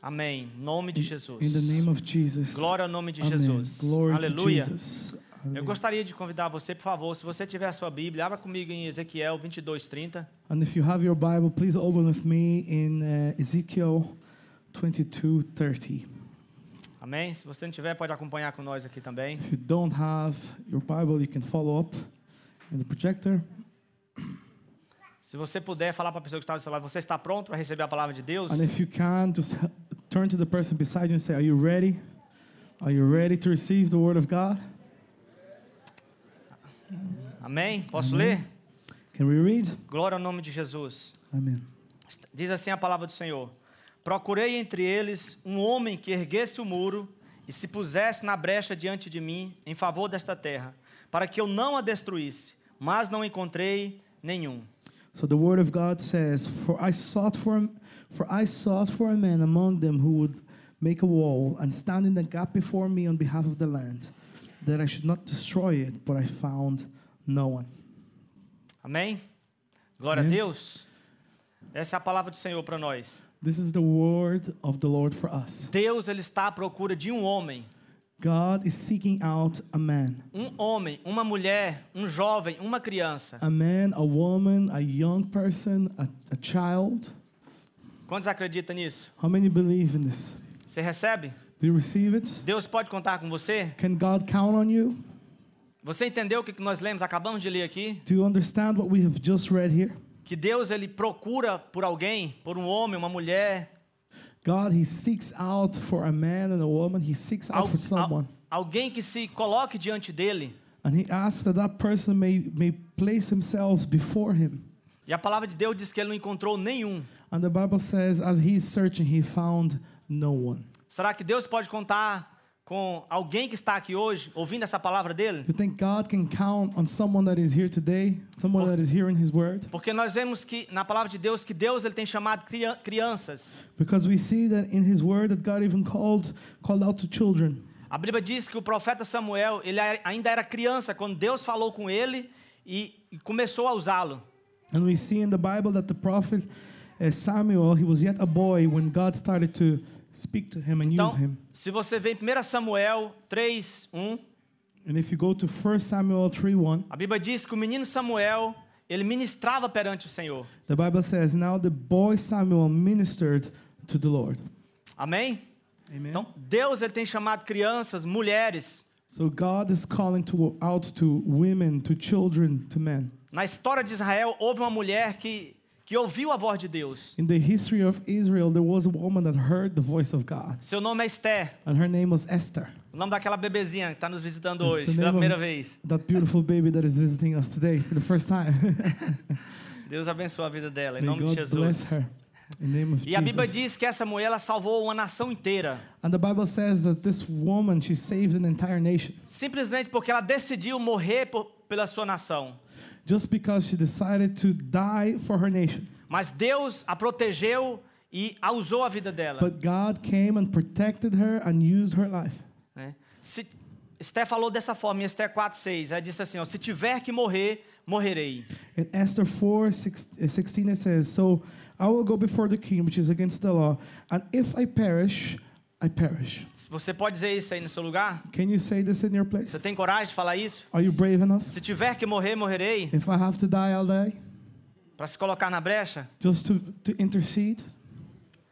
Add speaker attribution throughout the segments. Speaker 1: Amém. Nome de Jesus.
Speaker 2: In the name of Jesus.
Speaker 1: Glória ao nome de
Speaker 2: Amen.
Speaker 1: Jesus.
Speaker 2: Glory
Speaker 1: Aleluia.
Speaker 2: to Jesus.
Speaker 1: Eu gostaria de convidar você, por favor, se você tiver a sua Bíblia, abra comigo em Ezequiel 22, 30.
Speaker 2: And if you have your Bible, please open with me in uh, Ezekiel 22:30.
Speaker 1: Amém? Se você não tiver, pode acompanhar com nós aqui também.
Speaker 2: If you don't have your Bible, you can follow up in the projector.
Speaker 1: Se você puder falar para a pessoa que está do seu lado, você está pronto para receber a palavra de Deus?
Speaker 2: And if you can, just h- turn to the person beside you and say, "Are you ready? Are you ready to receive the word of God?"
Speaker 1: Amém? Posso ler?
Speaker 2: Can we read?
Speaker 1: Glória ao nome de Jesus.
Speaker 2: Amen.
Speaker 1: Diz assim a palavra do Senhor: Procurei entre eles um homem que erguesse o muro e se pusesse na brecha diante de mim em favor desta terra, para que eu não a destruísse, mas não encontrei nenhum.
Speaker 2: So the word of God says, "For I sought for, for I sought for a man among them who would make a wall and stand in the gap before me on behalf of the land, that I should not destroy it. But I found no one."
Speaker 1: Amém? Glória a
Speaker 2: Amém.
Speaker 1: Deus. Essa é a palavra do Senhor para nós.
Speaker 2: This is the word of the Lord for us.
Speaker 1: Deus ele está à procura de um homem,
Speaker 2: God is seeking out a man,
Speaker 1: um homem, uma mulher, um jovem, uma criança.
Speaker 2: a man, a woman, a young person, a, a child.
Speaker 1: Quantos acreditam nisso?
Speaker 2: How many believe in this?
Speaker 1: Você recebe?
Speaker 2: Do you receive it?
Speaker 1: Deus pode contar com você?
Speaker 2: Can God count on you?
Speaker 1: Você entendeu o que que nós lemos, acabamos de ler aqui?
Speaker 2: Do you understand what we have just read here?
Speaker 1: que Deus ele procura por alguém, por um homem, uma mulher,
Speaker 2: God, He seeks out for a man and a woman. He seeks out
Speaker 1: al-
Speaker 2: for someone,
Speaker 1: al- alguém que se coloque diante dele.
Speaker 2: and He asks that that person may may place themselves before Him.
Speaker 1: E a palavra de Deus diz que ele não encontrou nenhum.
Speaker 2: And the Bible says, as He is searching, He found no one.
Speaker 1: Será que Deus pode contar com alguém que está aqui hoje, ouvindo essa palavra dele?
Speaker 2: You think God can count on someone that is here today, someone that is hearing His word?
Speaker 1: Porque nós vemos que na palavra de Deus que Deus ele tem chamado cria- crianças.
Speaker 2: Because we see that in His word that God even called called out to children.
Speaker 1: A Bíblia diz que o profeta Samuel ele a- ainda era criança quando Deus falou com ele e e começou a usá-lo.
Speaker 2: And we see in the Bible that the prophet uh, Samuel, he was yet a boy when God started to speak to him and use
Speaker 1: Então,
Speaker 2: him.
Speaker 1: se você vê em 1 Samuel um, 3, 1,
Speaker 2: And if you go to 1 Samuel 3 1,
Speaker 1: A Bíblia diz que o menino Samuel, ele ministrava perante o Senhor.
Speaker 2: the Bible says, Now the boy Samuel ministered to the Lord.
Speaker 1: Amém?
Speaker 2: Amen.
Speaker 1: Então, Deus ele tem chamado crianças, mulheres.
Speaker 2: So God is calling to, out to women, to children, to men.
Speaker 1: Na história de Israel, houve uma mulher que, que ouviu a voz de Deus.
Speaker 2: In the history of Israel, there was a woman that heard the voice of God,
Speaker 1: Seu nome é Esther,
Speaker 2: and her name was Esther.
Speaker 1: o nome daquela bebezinha que está nos visitando
Speaker 2: Esse
Speaker 1: hoje,
Speaker 2: também
Speaker 1: pela
Speaker 2: é o
Speaker 1: primeira
Speaker 2: nome.
Speaker 1: vez.
Speaker 2: That beautiful baby that is visiting us today for the first time.
Speaker 1: Deus abençoe a vida dela, em
Speaker 2: May
Speaker 1: nome de
Speaker 2: God bless
Speaker 1: Jesus.
Speaker 2: her. In the name of
Speaker 1: E a Bíblia
Speaker 2: Jesus.
Speaker 1: diz que essa mulher ela salvou uma nação inteira,
Speaker 2: And the Bible says that this woman, she saved an entire nation
Speaker 1: simplesmente porque ela decidiu morrer por- pela sua nação.
Speaker 2: just because she decided to die for her nation.
Speaker 1: Mas Deus a protegeu e a usou a vida dela.
Speaker 2: But God came and protected her and used her life.
Speaker 1: Né? Se, Esté falou dessa forma em Esté 4,6. Ela disse assim: ó, se tiver que morrer, morrerei.
Speaker 2: In Esther 4 six- uh, 16, it says, So I will go before the king, which is against the law, and if I perish, I perish.
Speaker 1: Você pode dizer isso aí no seu lugar?
Speaker 2: Can you say this in your place?
Speaker 1: Você tem coragem de falar isso?
Speaker 2: Are you brave enough?
Speaker 1: Se tiver que morrer, morrerei.
Speaker 2: If I have to die, I'll die.
Speaker 1: Para se colocar na brecha?
Speaker 2: Just to, to intercede.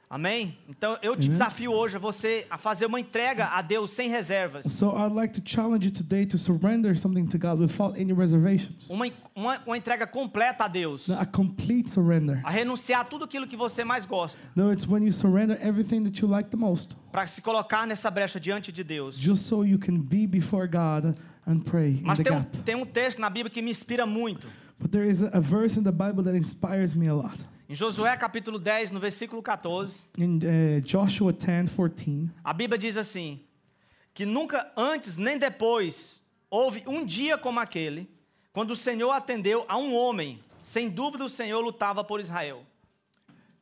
Speaker 1: Amém? Então eu te
Speaker 2: Amém.
Speaker 1: desafio hoje, você, a fazer uma entrega a Deus sem reservas.
Speaker 2: So I'd like to challenge you today to surrender something to God without any reservations.
Speaker 1: Uma, en- uma, uma entrega completa a Deus.
Speaker 2: A complete surrender.
Speaker 1: A renunciar a tudo aquilo que você mais gosta.
Speaker 2: No, it's when you surrender everything that you like the most,
Speaker 1: Para se colocar nessa brecha diante de Deus.
Speaker 2: just so you can be before God and pray in
Speaker 1: Mas
Speaker 2: the
Speaker 1: tem um,
Speaker 2: gap.
Speaker 1: tem um texto na Bíblia que me inspira muito.
Speaker 2: But there is a, a verse in the Bible that inspires me a lot.
Speaker 1: Em Josué capítulo 10, no versículo 14.
Speaker 2: In uh, Joshua 10 14,
Speaker 1: A Bíblia diz assim: que nunca antes nem depois houve um dia como aquele, quando o Senhor atendeu a um homem. Sem dúvida, o Senhor lutava por Israel.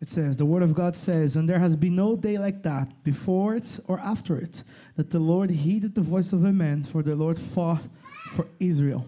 Speaker 2: it says, The Word of God says, And there has been no day like that, before it or after it, that the Lord heeded the voice of a man, for the Lord fought for Israel.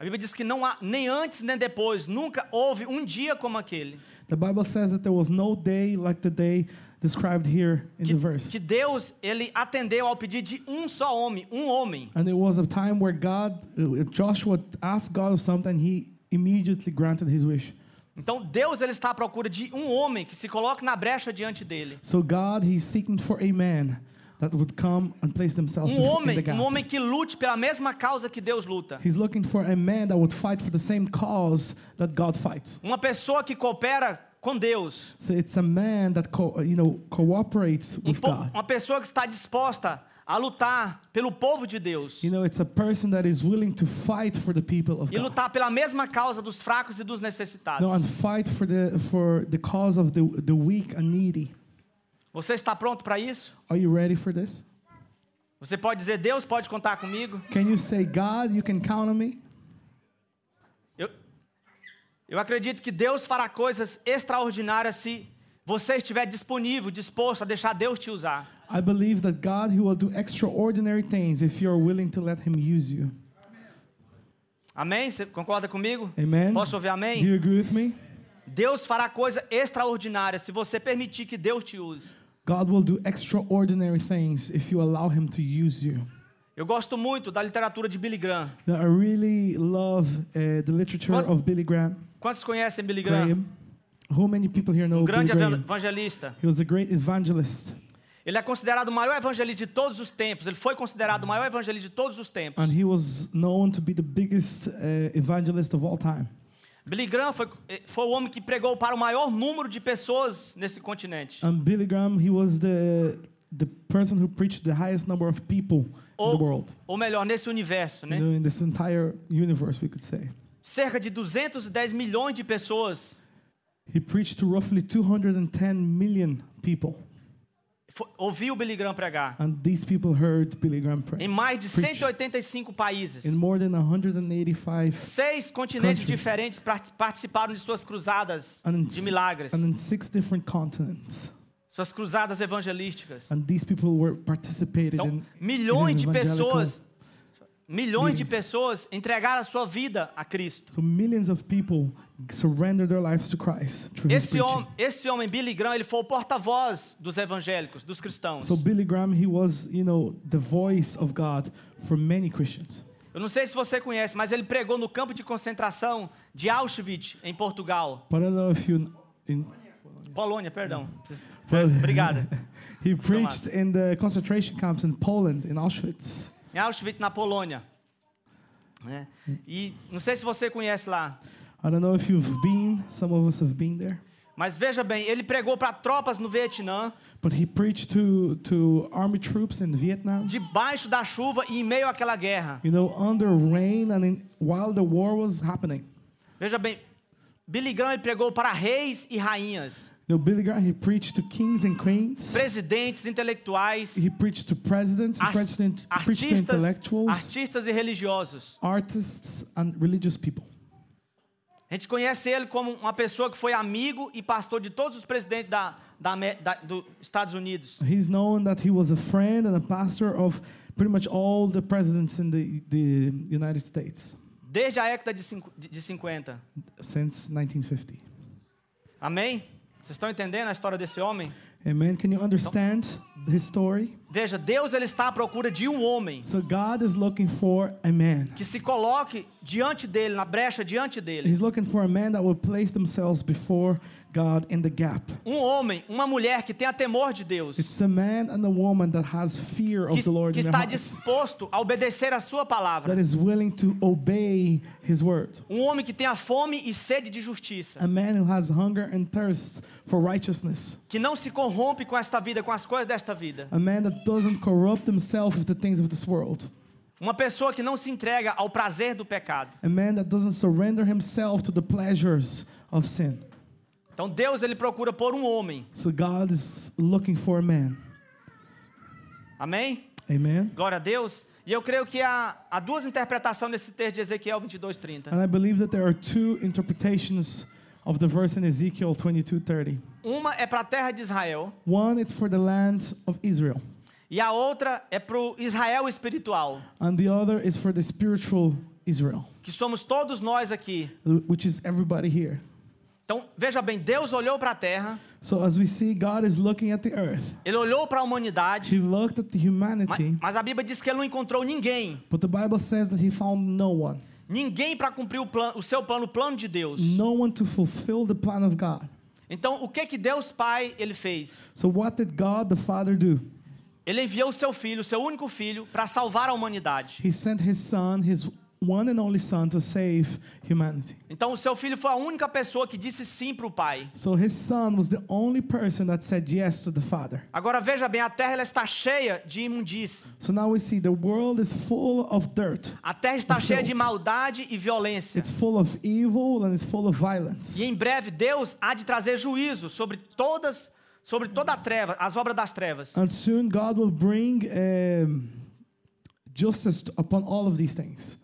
Speaker 1: A Bíblia diz que não há nem antes nem depois, nunca houve um dia como aquele
Speaker 2: The Bible says that there was no day like the day described here in the verse.
Speaker 1: que Deus ele atendeu ao pedido de um só homem, um homem.
Speaker 2: And there was a time where God, uh, Joshua asked God of something, he immediately granted his wish.
Speaker 1: Então Deus ele está à procura de um homem que se coloque na brecha diante dele.
Speaker 2: So God, he's seeking for a man that would come and place themselves
Speaker 1: Um
Speaker 2: before- in
Speaker 1: homem,
Speaker 2: the gap.
Speaker 1: um homem que lute pela mesma causa que Deus luta.
Speaker 2: He's looking for a man that would fight for the same cause that God fights.
Speaker 1: Uma pessoa que coopera com Deus.
Speaker 2: So it's a man that co- uh, you know cooperates
Speaker 1: Um
Speaker 2: with
Speaker 1: po-
Speaker 2: God.
Speaker 1: uma pessoa que está disposta a lutar pelo povo de Deus
Speaker 2: You know, it's a person that is willing to fight for the people of
Speaker 1: e
Speaker 2: God.
Speaker 1: lutar pela mesma causa dos fracos e dos
Speaker 2: No, and
Speaker 1: necessitados.
Speaker 2: fight for the for the cause of the the weak and needy.
Speaker 1: Você está pronto para isso?
Speaker 2: Are you ready for this?
Speaker 1: Você pode dizer: Deus pode contar comigo?
Speaker 2: Can you say, God, you can count on me?
Speaker 1: Eu, eu acredito que Deus fará coisas extraordinárias se você estiver disponível, disposto a deixar Deus te usar.
Speaker 2: I believe that God, He will do extraordinary things if you are willing to let Him use you.
Speaker 1: Amém? Você concorda comigo?
Speaker 2: Amen.
Speaker 1: Posso ouvir
Speaker 2: Do
Speaker 1: amém?
Speaker 2: you agree with me?
Speaker 1: Deus fará coisa extraordinária se você permitir que Deus te use.
Speaker 2: God will do extraordinary things if you allow Him to use you.
Speaker 1: Eu gosto muito da literatura de Billy Graham.
Speaker 2: Now, I really love uh, the literature
Speaker 1: What?
Speaker 2: of Billy Graham.
Speaker 1: Quantos conhecem Billy Graham?
Speaker 2: Graham. How many people here know
Speaker 1: Um grande
Speaker 2: Billy Graham?
Speaker 1: evan- evangelista.
Speaker 2: He was a great evangelist,
Speaker 1: Ele é considerado o maior evangelista de todos os tempos. Ele foi considerado o maior evangelista de todos os tempos.
Speaker 2: and he was known to be the biggest uh, evangelist of all time.
Speaker 1: Billy Graham foi, eh, foi o homem que pregou para o maior número de pessoas nesse continente.
Speaker 2: And Billy Graham, he was the the person who preached the highest number of people in
Speaker 1: Oh,
Speaker 2: the world.
Speaker 1: Ou melhor, nesse universo,
Speaker 2: you
Speaker 1: né?
Speaker 2: know, in this entire universe, we could say.
Speaker 1: Cerca de 210 milhões de pessoas
Speaker 2: He preached to roughly 210 million people,
Speaker 1: fo- ouviu Billy Graham pregar.
Speaker 2: and these people heard Billy Graham
Speaker 1: Em
Speaker 2: pray
Speaker 1: mais de
Speaker 2: Preach.
Speaker 1: 185 países.
Speaker 2: in more than 185,
Speaker 1: Seis continentes
Speaker 2: Countries.
Speaker 1: diferentes parti- participaram de suas cruzadas
Speaker 2: And in
Speaker 1: de
Speaker 2: s-
Speaker 1: milagres,
Speaker 2: and in six different continents.
Speaker 1: suas cruzadas evangelísticas.
Speaker 2: And these people were participated
Speaker 1: Então,
Speaker 2: in.
Speaker 1: milhões
Speaker 2: in
Speaker 1: de
Speaker 2: evangelical
Speaker 1: pessoas, milhões de
Speaker 2: meetings.
Speaker 1: pessoas entregaram a sua vida a Cristo.
Speaker 2: So millions of people surrendered their lives to Christ through his
Speaker 1: Esse
Speaker 2: preaching.
Speaker 1: homem, esse homem Billy Graham, ele foi o porta-voz dos evangélicos, dos cristãos.
Speaker 2: So Billy Graham, he was, you know, the voice of God for many Christians.
Speaker 1: Eu não sei se você conhece, mas ele pregou no campo de concentração de Auschwitz, em Portugal.
Speaker 2: But I don't know if you, in,
Speaker 1: Polônia, perdão. Vocês-
Speaker 2: Pol-
Speaker 1: Obrigada.
Speaker 2: he preached in the concentration camps in Poland, in Auschwitz.
Speaker 1: Em Auschwitz, na Polônia. Né? E não sei se você conhece lá.
Speaker 2: I don't know if you've been, some of us have been there.
Speaker 1: Mas veja bem, ele pregou para tropas no Vietnã,
Speaker 2: But he preached to, to army troops in Vietnam,
Speaker 1: debaixo da chuva e em meio àquela guerra.
Speaker 2: you know, under rain and in, while the war was happening.
Speaker 1: Veja bem, Billy Graham ele pregou para reis e rainhas,
Speaker 2: You know, Billy Graham, he preached to kings and queens.
Speaker 1: presidentes, intelectuais,
Speaker 2: He preached to presidents, he
Speaker 1: ars-
Speaker 2: preached to, he preached to
Speaker 1: artistas,
Speaker 2: intellectuals,
Speaker 1: artistas e religiosos.
Speaker 2: artists, and religious people.
Speaker 1: A gente conhece ele como uma pessoa que foi amigo e pastor de todos os presidentes da, da, Amé- da- dos Estados Unidos.
Speaker 2: He's known that he was a friend and a pastor of pretty much all the presidents in the, the United States
Speaker 1: Desde a década de cinqu- de de 50.
Speaker 2: since 1950.
Speaker 1: Amém? Vocês estão entendendo a história desse homem?
Speaker 2: Amen. Can you understand his story?
Speaker 1: Veja, Deus ele está à procura de um homem
Speaker 2: So God is looking for a man.
Speaker 1: que se coloque diante dele, na brecha diante dele.
Speaker 2: He's looking for a man that will place themselves before God in the gap.
Speaker 1: Um homem, uma mulher que tenha temor de Deus, que,
Speaker 2: It's a man and a woman that has fear of the Lord
Speaker 1: que
Speaker 2: in their
Speaker 1: está
Speaker 2: hearts,
Speaker 1: disposto a obedecer a sua
Speaker 2: that
Speaker 1: palavra.
Speaker 2: is willing to obey His word.
Speaker 1: Um homem que tenha fome e sede de justiça,
Speaker 2: A man who has hunger and thirst for righteousness.
Speaker 1: que não se corrompe com esta vida, com as coisas desta vida.
Speaker 2: A man that doesn't corrupt himself with the things of this world.
Speaker 1: Uma pessoa que não se entrega ao prazer do pecado.
Speaker 2: A man that doesn't surrender himself to the pleasures of sin.
Speaker 1: Então Deus ele procura por um homem.
Speaker 2: So God is looking for a man.
Speaker 1: Amém?
Speaker 2: Amen.
Speaker 1: Glória a Deus. E eu creio que há, há duas interpretações desse texto de Ezequiel 22:30.
Speaker 2: And I believe that there are two interpretations of the verse in Ezekiel 22:30.
Speaker 1: Uma é para a terra de Israel
Speaker 2: One it's for the land of Israel,
Speaker 1: e a outra é para o Israel espiritual.
Speaker 2: and the other is for the spiritual Israel,
Speaker 1: que somos todos nós aqui.
Speaker 2: which is everybody here.
Speaker 1: Então, veja bem, Deus olhou para a terra,
Speaker 2: So as we see, God is looking at the earth.
Speaker 1: ele olhou para a humanidade,
Speaker 2: He looked at the
Speaker 1: ma-
Speaker 2: humanity,
Speaker 1: mas a Bíblia diz que ele não encontrou ninguém,
Speaker 2: but the Bible says that he found no one,
Speaker 1: ninguém para cumprir o, plan- o seu plano, o plano de Deus.
Speaker 2: no one to fulfill the plan of God.
Speaker 1: Então, o que que Deus Pai ele fez?
Speaker 2: So what did God the Father do?
Speaker 1: Ele enviou o seu filho, o seu único filho, para salvar a humanidade.
Speaker 2: He sent his son, his one and only son, to save humanity.
Speaker 1: Então, o seu filho foi a única pessoa que disse sim para o Pai.
Speaker 2: So his son was the only person that said yes to the Father.
Speaker 1: Agora veja bem, a terra ela está cheia de imundície.
Speaker 2: So now we see the world is full of dirt.
Speaker 1: A terra está cheia de
Speaker 2: Perfeito.
Speaker 1: maldade e violência.
Speaker 2: It's full of evil and it's full of violence.
Speaker 1: E em breve Deus há de trazer juízo sobre todas, sobre toda a treva, as obras das trevas.
Speaker 2: And soon God will bring um, justice upon all of these things.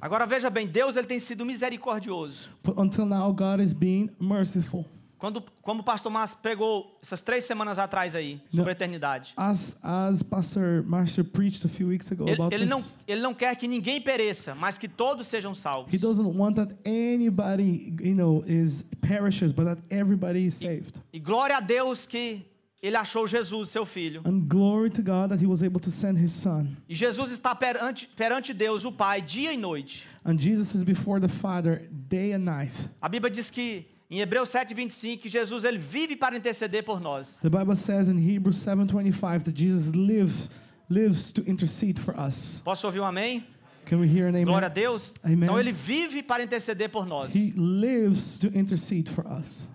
Speaker 1: Agora veja bem, Deus ele tem sido misericordioso.
Speaker 2: But until now, God is being merciful.
Speaker 1: Quando, como o pastor Márcio pregou essas três semanas atrás aí, sobre
Speaker 2: Não.
Speaker 1: a eternidade.
Speaker 2: As as Pastor Master preached a few weeks ago
Speaker 1: Ele,
Speaker 2: about
Speaker 1: ele
Speaker 2: this,
Speaker 1: não, ele não quer que ninguém pereça, mas que todos sejam
Speaker 2: He
Speaker 1: salvos.
Speaker 2: doesn't want that anybody, you know, is perishes, but that everybody is saved.
Speaker 1: E glória a Deus que ele achou Jesus, seu filho.
Speaker 2: And glory to God that He was able to send His Son.
Speaker 1: E Jesus está perante, perante Deus, o Pai, dia e noite.
Speaker 2: And Jesus is before the Father day and night.
Speaker 1: A Bíblia diz que em Hebreus 7, 25, que Jesus ele vive para interceder por nós.
Speaker 2: The Bible says in Hebrews 7:25 that Jesus lives lives to intercede for us.
Speaker 1: Posso ouvir um amém?
Speaker 2: Can we hear an amen?
Speaker 1: Glória a Deus.
Speaker 2: Amém.
Speaker 1: Então ele vive para interceder por nós.
Speaker 2: He lives to intercede for us.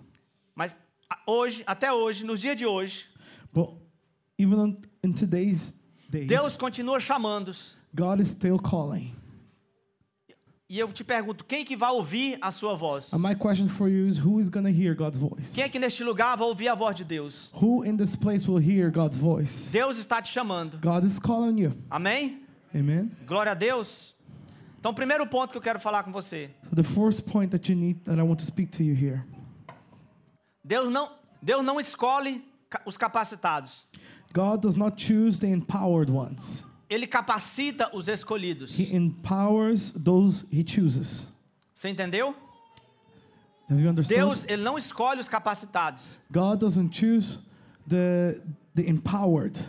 Speaker 1: Mas a- hoje, até hoje, nos dias de hoje,
Speaker 2: But even on, in today's days,
Speaker 1: Deus continua chamando-os.
Speaker 2: God is still calling.
Speaker 1: E eu te pergunto, quem que vai ouvir a sua voz?
Speaker 2: And my question for you is who is going to hear God's voice?
Speaker 1: Quem é que neste lugar vai ouvir a voz de Deus?
Speaker 2: Who in this place will hear God's voice?
Speaker 1: Deus está te chamando.
Speaker 2: God is calling you.
Speaker 1: Amém?
Speaker 2: Amen.
Speaker 1: Glória a Deus. Então, o primeiro ponto que eu quero falar com você.
Speaker 2: So the first point that you need that I want to speak to you here.
Speaker 1: Deus não, Deus não escolhe ca- os capacitados.
Speaker 2: God does not choose the empowered ones.
Speaker 1: Ele capacita os escolhidos.
Speaker 2: He empowers those he chooses.
Speaker 1: Você entendeu?
Speaker 2: Have you understood?
Speaker 1: Deus, ele não escolhe os capacitados.
Speaker 2: God doesn't choose the the empowered.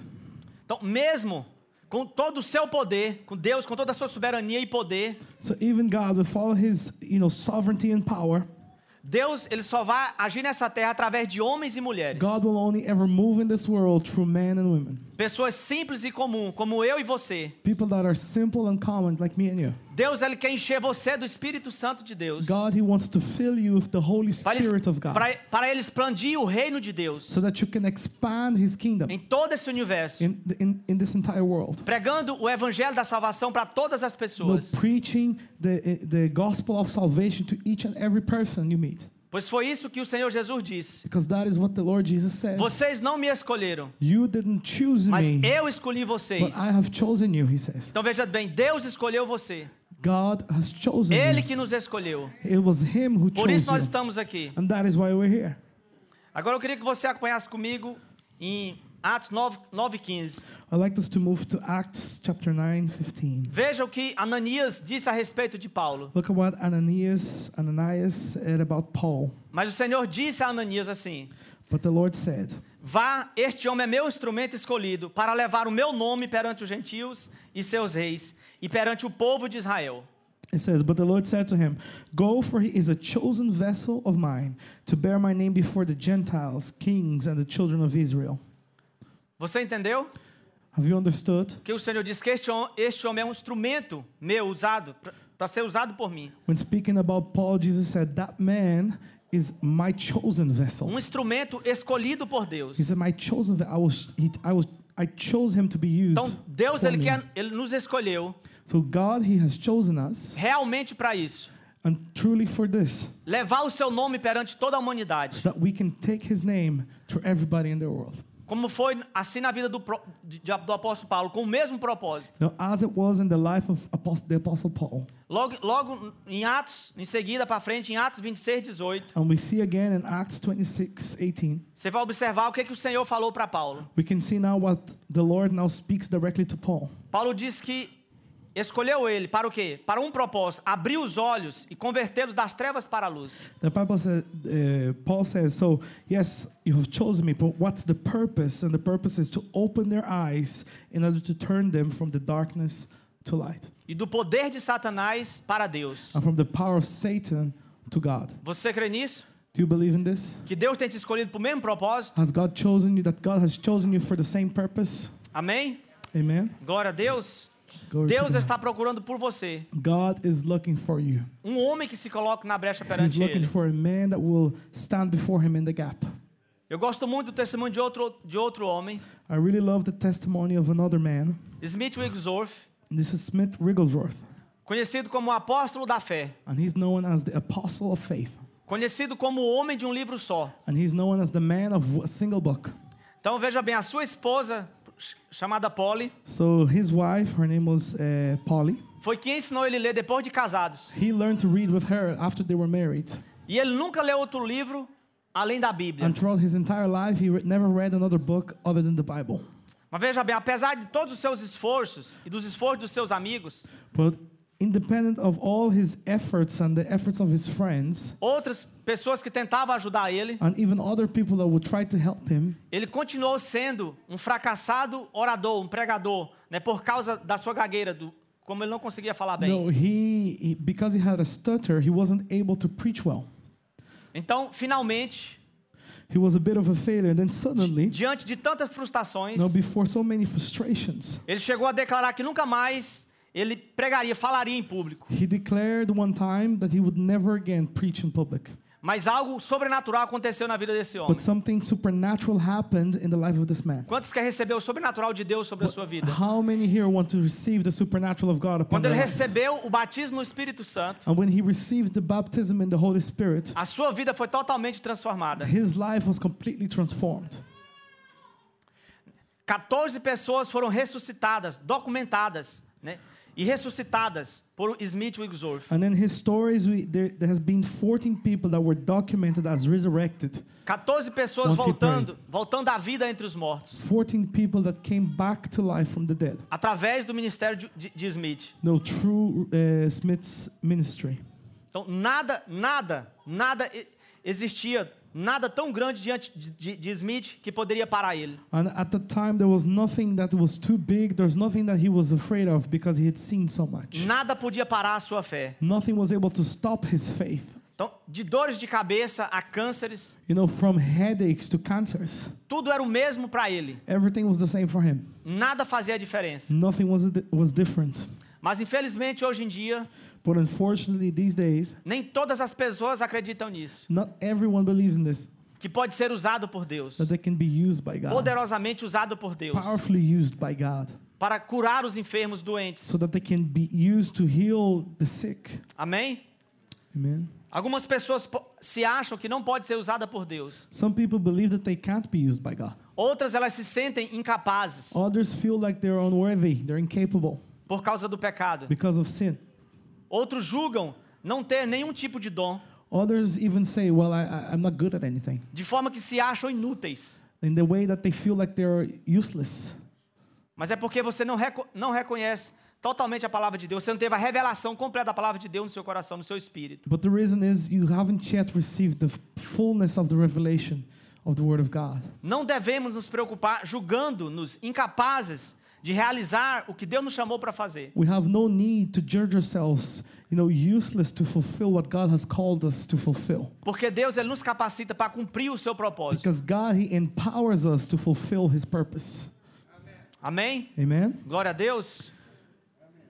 Speaker 1: Então, mesmo com todo o seu poder, com Deus, com toda a sua soberania e poder,
Speaker 2: So even God with all his, you know, sovereignty and power,
Speaker 1: Deus, ele só vai agir nessa terra através de homens e mulheres.
Speaker 2: God will only ever move in this world through men and women.
Speaker 1: Pessoas simples e comum, como eu e você.
Speaker 2: People that are simple and common like me and you.
Speaker 1: Deus, ele quer encher você do Espírito Santo de Deus.
Speaker 2: God, he wants to fill you with the Holy
Speaker 1: Para eles,
Speaker 2: Spirit of God
Speaker 1: para, para ele expandir o reino de Deus
Speaker 2: so that you can expand his kingdom
Speaker 1: em todo esse universo.
Speaker 2: in, the, in, in this entire world.
Speaker 1: Pregando o evangelho da salvação para todas as
Speaker 2: No,
Speaker 1: pessoas.
Speaker 2: preaching the, eh, the gospel of salvation to each and every person you meet.
Speaker 1: Pois foi isso que o Senhor Jesus disse.
Speaker 2: Because that is what the Lord Jesus said.
Speaker 1: Vocês não me escolheram,
Speaker 2: You didn't choose
Speaker 1: mas
Speaker 2: me,
Speaker 1: eu escolhi vocês.
Speaker 2: but I have chosen you, he says.
Speaker 1: Então veja bem, Deus escolheu você.
Speaker 2: God has chosen
Speaker 1: Ele
Speaker 2: you.
Speaker 1: que nos escolheu.
Speaker 2: It was him who
Speaker 1: Por
Speaker 2: chose
Speaker 1: isso nós
Speaker 2: you.
Speaker 1: estamos aqui.
Speaker 2: And that is why we're here.
Speaker 1: Agora eu queria que você acompanhasse comigo em Atos 9, 9 15.
Speaker 2: I'd like us to move to Acts chapter 9, 15.
Speaker 1: Veja o que Ananias disse a respeito de Paulo.
Speaker 2: Look at what Ananias, Ananias said about Paul.
Speaker 1: Mas o Senhor disse a Ananias assim:
Speaker 2: But the Lord said,
Speaker 1: Vá, este homem é meu instrumento escolhido para levar o meu nome perante os gentios e seus reis e perante o povo de Israel.
Speaker 2: It says, But the Lord said to him, Go, for he is a chosen vessel of mine to bear my name before the Gentiles, kings, and the children of Israel.
Speaker 1: Você entendeu?
Speaker 2: Have you understood?
Speaker 1: Que o Senhor diz que este, hom- este homem é um instrumento meu usado para ser usado por mim.
Speaker 2: When speaking about Paul, Jesus said, That man is my chosen vessel.
Speaker 1: Um instrumento escolhido por Deus.
Speaker 2: He said, My chosen vessel. I was, he, I was, I chose him to be used.
Speaker 1: Então, Deus
Speaker 2: for
Speaker 1: ele,
Speaker 2: me."
Speaker 1: quer, ele nos escolheu
Speaker 2: So God, He has chosen us,
Speaker 1: realmente para isso.
Speaker 2: and truly for this,
Speaker 1: Levar o seu nome perante toda a humanidade.
Speaker 2: so that we can take His name to everybody in the world.
Speaker 1: Como foi assim na vida do, pro- de- de- do apóstolo Paulo, com o mesmo propósito.
Speaker 2: Now, as it was in the life of Apostle, the Apostle Paul,
Speaker 1: Logo, logo em Atos, em seguida para frente, em Atos 26, 18,
Speaker 2: and we see again in Acts 26, 18,
Speaker 1: você vai observar o que, que o Senhor falou para Paulo.
Speaker 2: we can see now what the Lord now speaks directly to Paul.
Speaker 1: Paulo diz que Escolheu ele para o quê? Para um propósito: abrir os olhos e convertê-los das trevas para a luz.
Speaker 2: The Bible says, uh, Paul says, so yes, you have chosen me, but what's the purpose? And the purpose is to open their eyes in order to turn them from the darkness to light
Speaker 1: E do poder de Satanás para Deus.
Speaker 2: and from the power of Satan to God.
Speaker 1: Você crê nisso?
Speaker 2: Do you believe in this?
Speaker 1: Que Deus tem te escolhido para o mesmo propósito?
Speaker 2: Has God chosen you? That God has chosen you for the same purpose?
Speaker 1: Amém?
Speaker 2: Amen.
Speaker 1: Glória a Deus.
Speaker 2: Glory to
Speaker 1: Deus
Speaker 2: God.
Speaker 1: está procurando por você
Speaker 2: God is looking for you.
Speaker 1: um homem que se coloque na brecha
Speaker 2: He's
Speaker 1: perante
Speaker 2: looking
Speaker 1: ele.
Speaker 2: for a man that will stand before him in the gap.
Speaker 1: Eu gosto muito do testemunho de outro, de outro homem,
Speaker 2: I really love the testimony of another man.
Speaker 1: Smith Wigglesworth,
Speaker 2: This is Smith Wigglesworth,
Speaker 1: conhecido como o apóstolo da fé,
Speaker 2: and he's known as the apostle of faith,
Speaker 1: conhecido como o homem de um livro só.
Speaker 2: and he's known as the man of a single book.
Speaker 1: Então veja bem, a sua esposa, ch- chamada Polly,
Speaker 2: So his wife, her name was uh, Polly.
Speaker 1: foi quem ensinou ele a ler depois de casados.
Speaker 2: He learned to read with her after they were married,
Speaker 1: E ele nunca leu outro livro além da Bíblia.
Speaker 2: and throughout his entire life, he re- never read another book other than the Bible.
Speaker 1: Mas veja bem, apesar de todos os seus esforços e dos esforços dos seus amigos,
Speaker 2: But independent of all his efforts and the efforts of his friends,
Speaker 1: outras pessoas que tentavam ajudar ele,
Speaker 2: and even other people that would try to help him,
Speaker 1: Ele continuou sendo um fracassado orador, um pregador, né, por causa da sua gagueira, do, como ele não conseguia falar bem.
Speaker 2: no, he, he because he had a stutter, he wasn't able to preach well.
Speaker 1: Então, finalmente,
Speaker 2: He was a bit of a failure. Then suddenly,
Speaker 1: diante de tantas frustrações,
Speaker 2: no, before so many frustrations,
Speaker 1: ele chegou a declarar que nunca mais ele pregaria, falaria em público.
Speaker 2: he declared one time that he would never again preach in public.
Speaker 1: Mas algo sobrenatural aconteceu na vida desse homem.
Speaker 2: But something supernatural happened in the life of this man.
Speaker 1: Quantos quer receber o sobrenatural de Deus sobre a sua vida?
Speaker 2: How many here want to receive the supernatural of God upon
Speaker 1: Quando
Speaker 2: their
Speaker 1: ele
Speaker 2: lives?
Speaker 1: recebeu o batismo no Espírito Santo,
Speaker 2: And when he received the baptism in the Holy Spirit,
Speaker 1: a sua vida foi totalmente transformada.
Speaker 2: his life was completely transformed.
Speaker 1: 14 pessoas foram ressuscitadas, documentadas, né? E ressuscitadas por Smith Wigglesworth.
Speaker 2: And in his stories, we, there, there has been 14 people that were documented as resurrected.
Speaker 1: 14 pessoas
Speaker 2: Once he
Speaker 1: voltando, voltando à vida entre os mortos,
Speaker 2: 14 people that came back to life from the dead.
Speaker 1: através do ministério de, de- de Smith.
Speaker 2: No true uh, Smith's ministry.
Speaker 1: Então, nada, nada, nada e- existia, nada tão grande diante de, de- de Smith que poderia parar ele.
Speaker 2: And at the time, there was nothing that was too big. There was nothing that he was afraid of because he had seen so much.
Speaker 1: Nada podia parar a sua fé.
Speaker 2: Nothing was able to stop his faith.
Speaker 1: Então, de dores de cabeça a cânceres,
Speaker 2: You know, from headaches to cancers,
Speaker 1: tudo era o mesmo para ele.
Speaker 2: everything was the same for him.
Speaker 1: Nada fazia diferença.
Speaker 2: Nothing was, was different.
Speaker 1: Mas, infelizmente, hoje em dia,
Speaker 2: But unfortunately, these days,
Speaker 1: nem todas as pessoas acreditam nisso.
Speaker 2: not everyone believes in this,
Speaker 1: Que pode ser usado por Deus,
Speaker 2: that they can be used by God.
Speaker 1: poderosamente usado por Deus,
Speaker 2: powerfully used by God
Speaker 1: para curar os enfermos doentes.
Speaker 2: so that they can be used to heal the sick.
Speaker 1: Amém?
Speaker 2: Amen.
Speaker 1: Algumas pessoas po- se acham que não pode ser usada por Deus.
Speaker 2: Some people believe that they can't be used by God.
Speaker 1: Outras elas se sentem incapazes
Speaker 2: Others feel like they're unworthy, they're incapable
Speaker 1: por causa do pecado.
Speaker 2: because of sin.
Speaker 1: Outros julgam não ter nenhum tipo de dom,
Speaker 2: Others even say, Well, I, I, I'm not good at anything.
Speaker 1: de forma que se acham inúteis.
Speaker 2: In the way that they feel like they're useless.
Speaker 1: Mas é porque você não, reco- não reconhece totalmente a palavra de Deus. Você não teve a revelação completa da palavra de Deus no seu coração, no seu espírito.
Speaker 2: But the reason is you haven't yet received the fullness of the revelation of the Word of God.
Speaker 1: Não devemos nos preocupar julgando-nos incapazes de realizar o que Deus nos chamou para fazer.
Speaker 2: We have no need to judge ourselves, you know, useless to fulfill what God has called us to fulfill.
Speaker 1: Porque Deus ele nos capacita para cumprir o seu propósito.
Speaker 2: Because God, He empowers us to fulfill His purpose.
Speaker 1: Amém?
Speaker 2: Amen?
Speaker 1: Glória a Deus.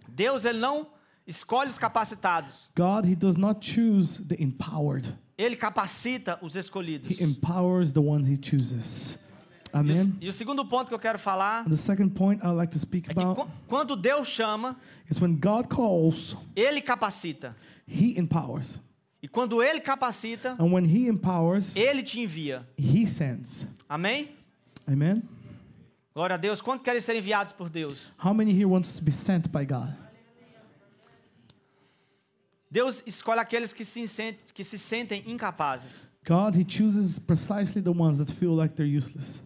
Speaker 1: Deus ele não escolhe os capacitados.
Speaker 2: God, He does not choose the empowered,
Speaker 1: Ele capacita os escolhidos.
Speaker 2: He empowers the one He chooses.
Speaker 1: E o,
Speaker 2: Amen?
Speaker 1: e o segundo ponto que eu quero falar
Speaker 2: And the second point I'd like to speak
Speaker 1: é que
Speaker 2: about
Speaker 1: qu- quando Deus chama,
Speaker 2: is when God calls,
Speaker 1: ele capacita.
Speaker 2: He empowers.
Speaker 1: E quando ele capacita,
Speaker 2: And when He empowers,
Speaker 1: ele te envia.
Speaker 2: He sends.
Speaker 1: Amém?
Speaker 2: Amen?
Speaker 1: Glória a Deus. Quanto querem ser enviados por Deus?
Speaker 2: How many here wants to be sent by God?
Speaker 1: Deus escolhe aqueles que se, sen- que se sentem incapazes,
Speaker 2: God, He chooses precisely the ones that feel like they're useless,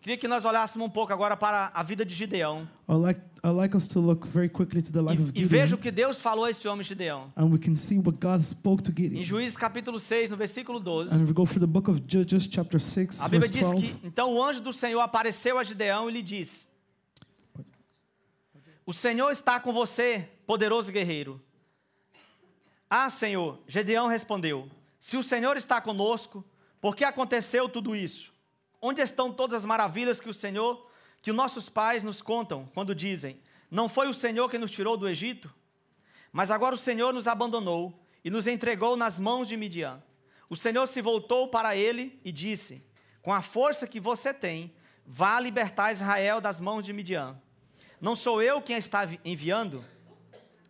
Speaker 1: Queria que nós olhássemos um pouco agora para a vida de Gideão.
Speaker 2: I'd like, I'd like us to look very quickly to the life of
Speaker 1: E, e veja o
Speaker 2: Gideon,
Speaker 1: que Deus falou a esse homem Gideão.
Speaker 2: and we can see what God spoke to
Speaker 1: Em
Speaker 2: Gideon.
Speaker 1: Juízes capítulo 6, no versículo 12,
Speaker 2: And we go through the book of Judges, chapter 6,
Speaker 1: a Bíblia
Speaker 2: verse
Speaker 1: diz
Speaker 2: 12.
Speaker 1: que então o anjo do Senhor apareceu a Gideão e lhe disse: O Senhor está com você, poderoso guerreiro. Ah, Senhor, Gideão respondeu: Se o Senhor está conosco, por que aconteceu tudo isso? Onde estão todas as maravilhas que o Senhor, que nossos pais nos contam quando dizem: Não foi o Senhor que nos tirou do Egito? Mas agora o Senhor nos abandonou e nos entregou nas mãos de Midian. O Senhor se voltou para ele e disse: Com a força que você tem, vá libertar Israel das mãos de Midian. Não sou eu quem está vi- enviando?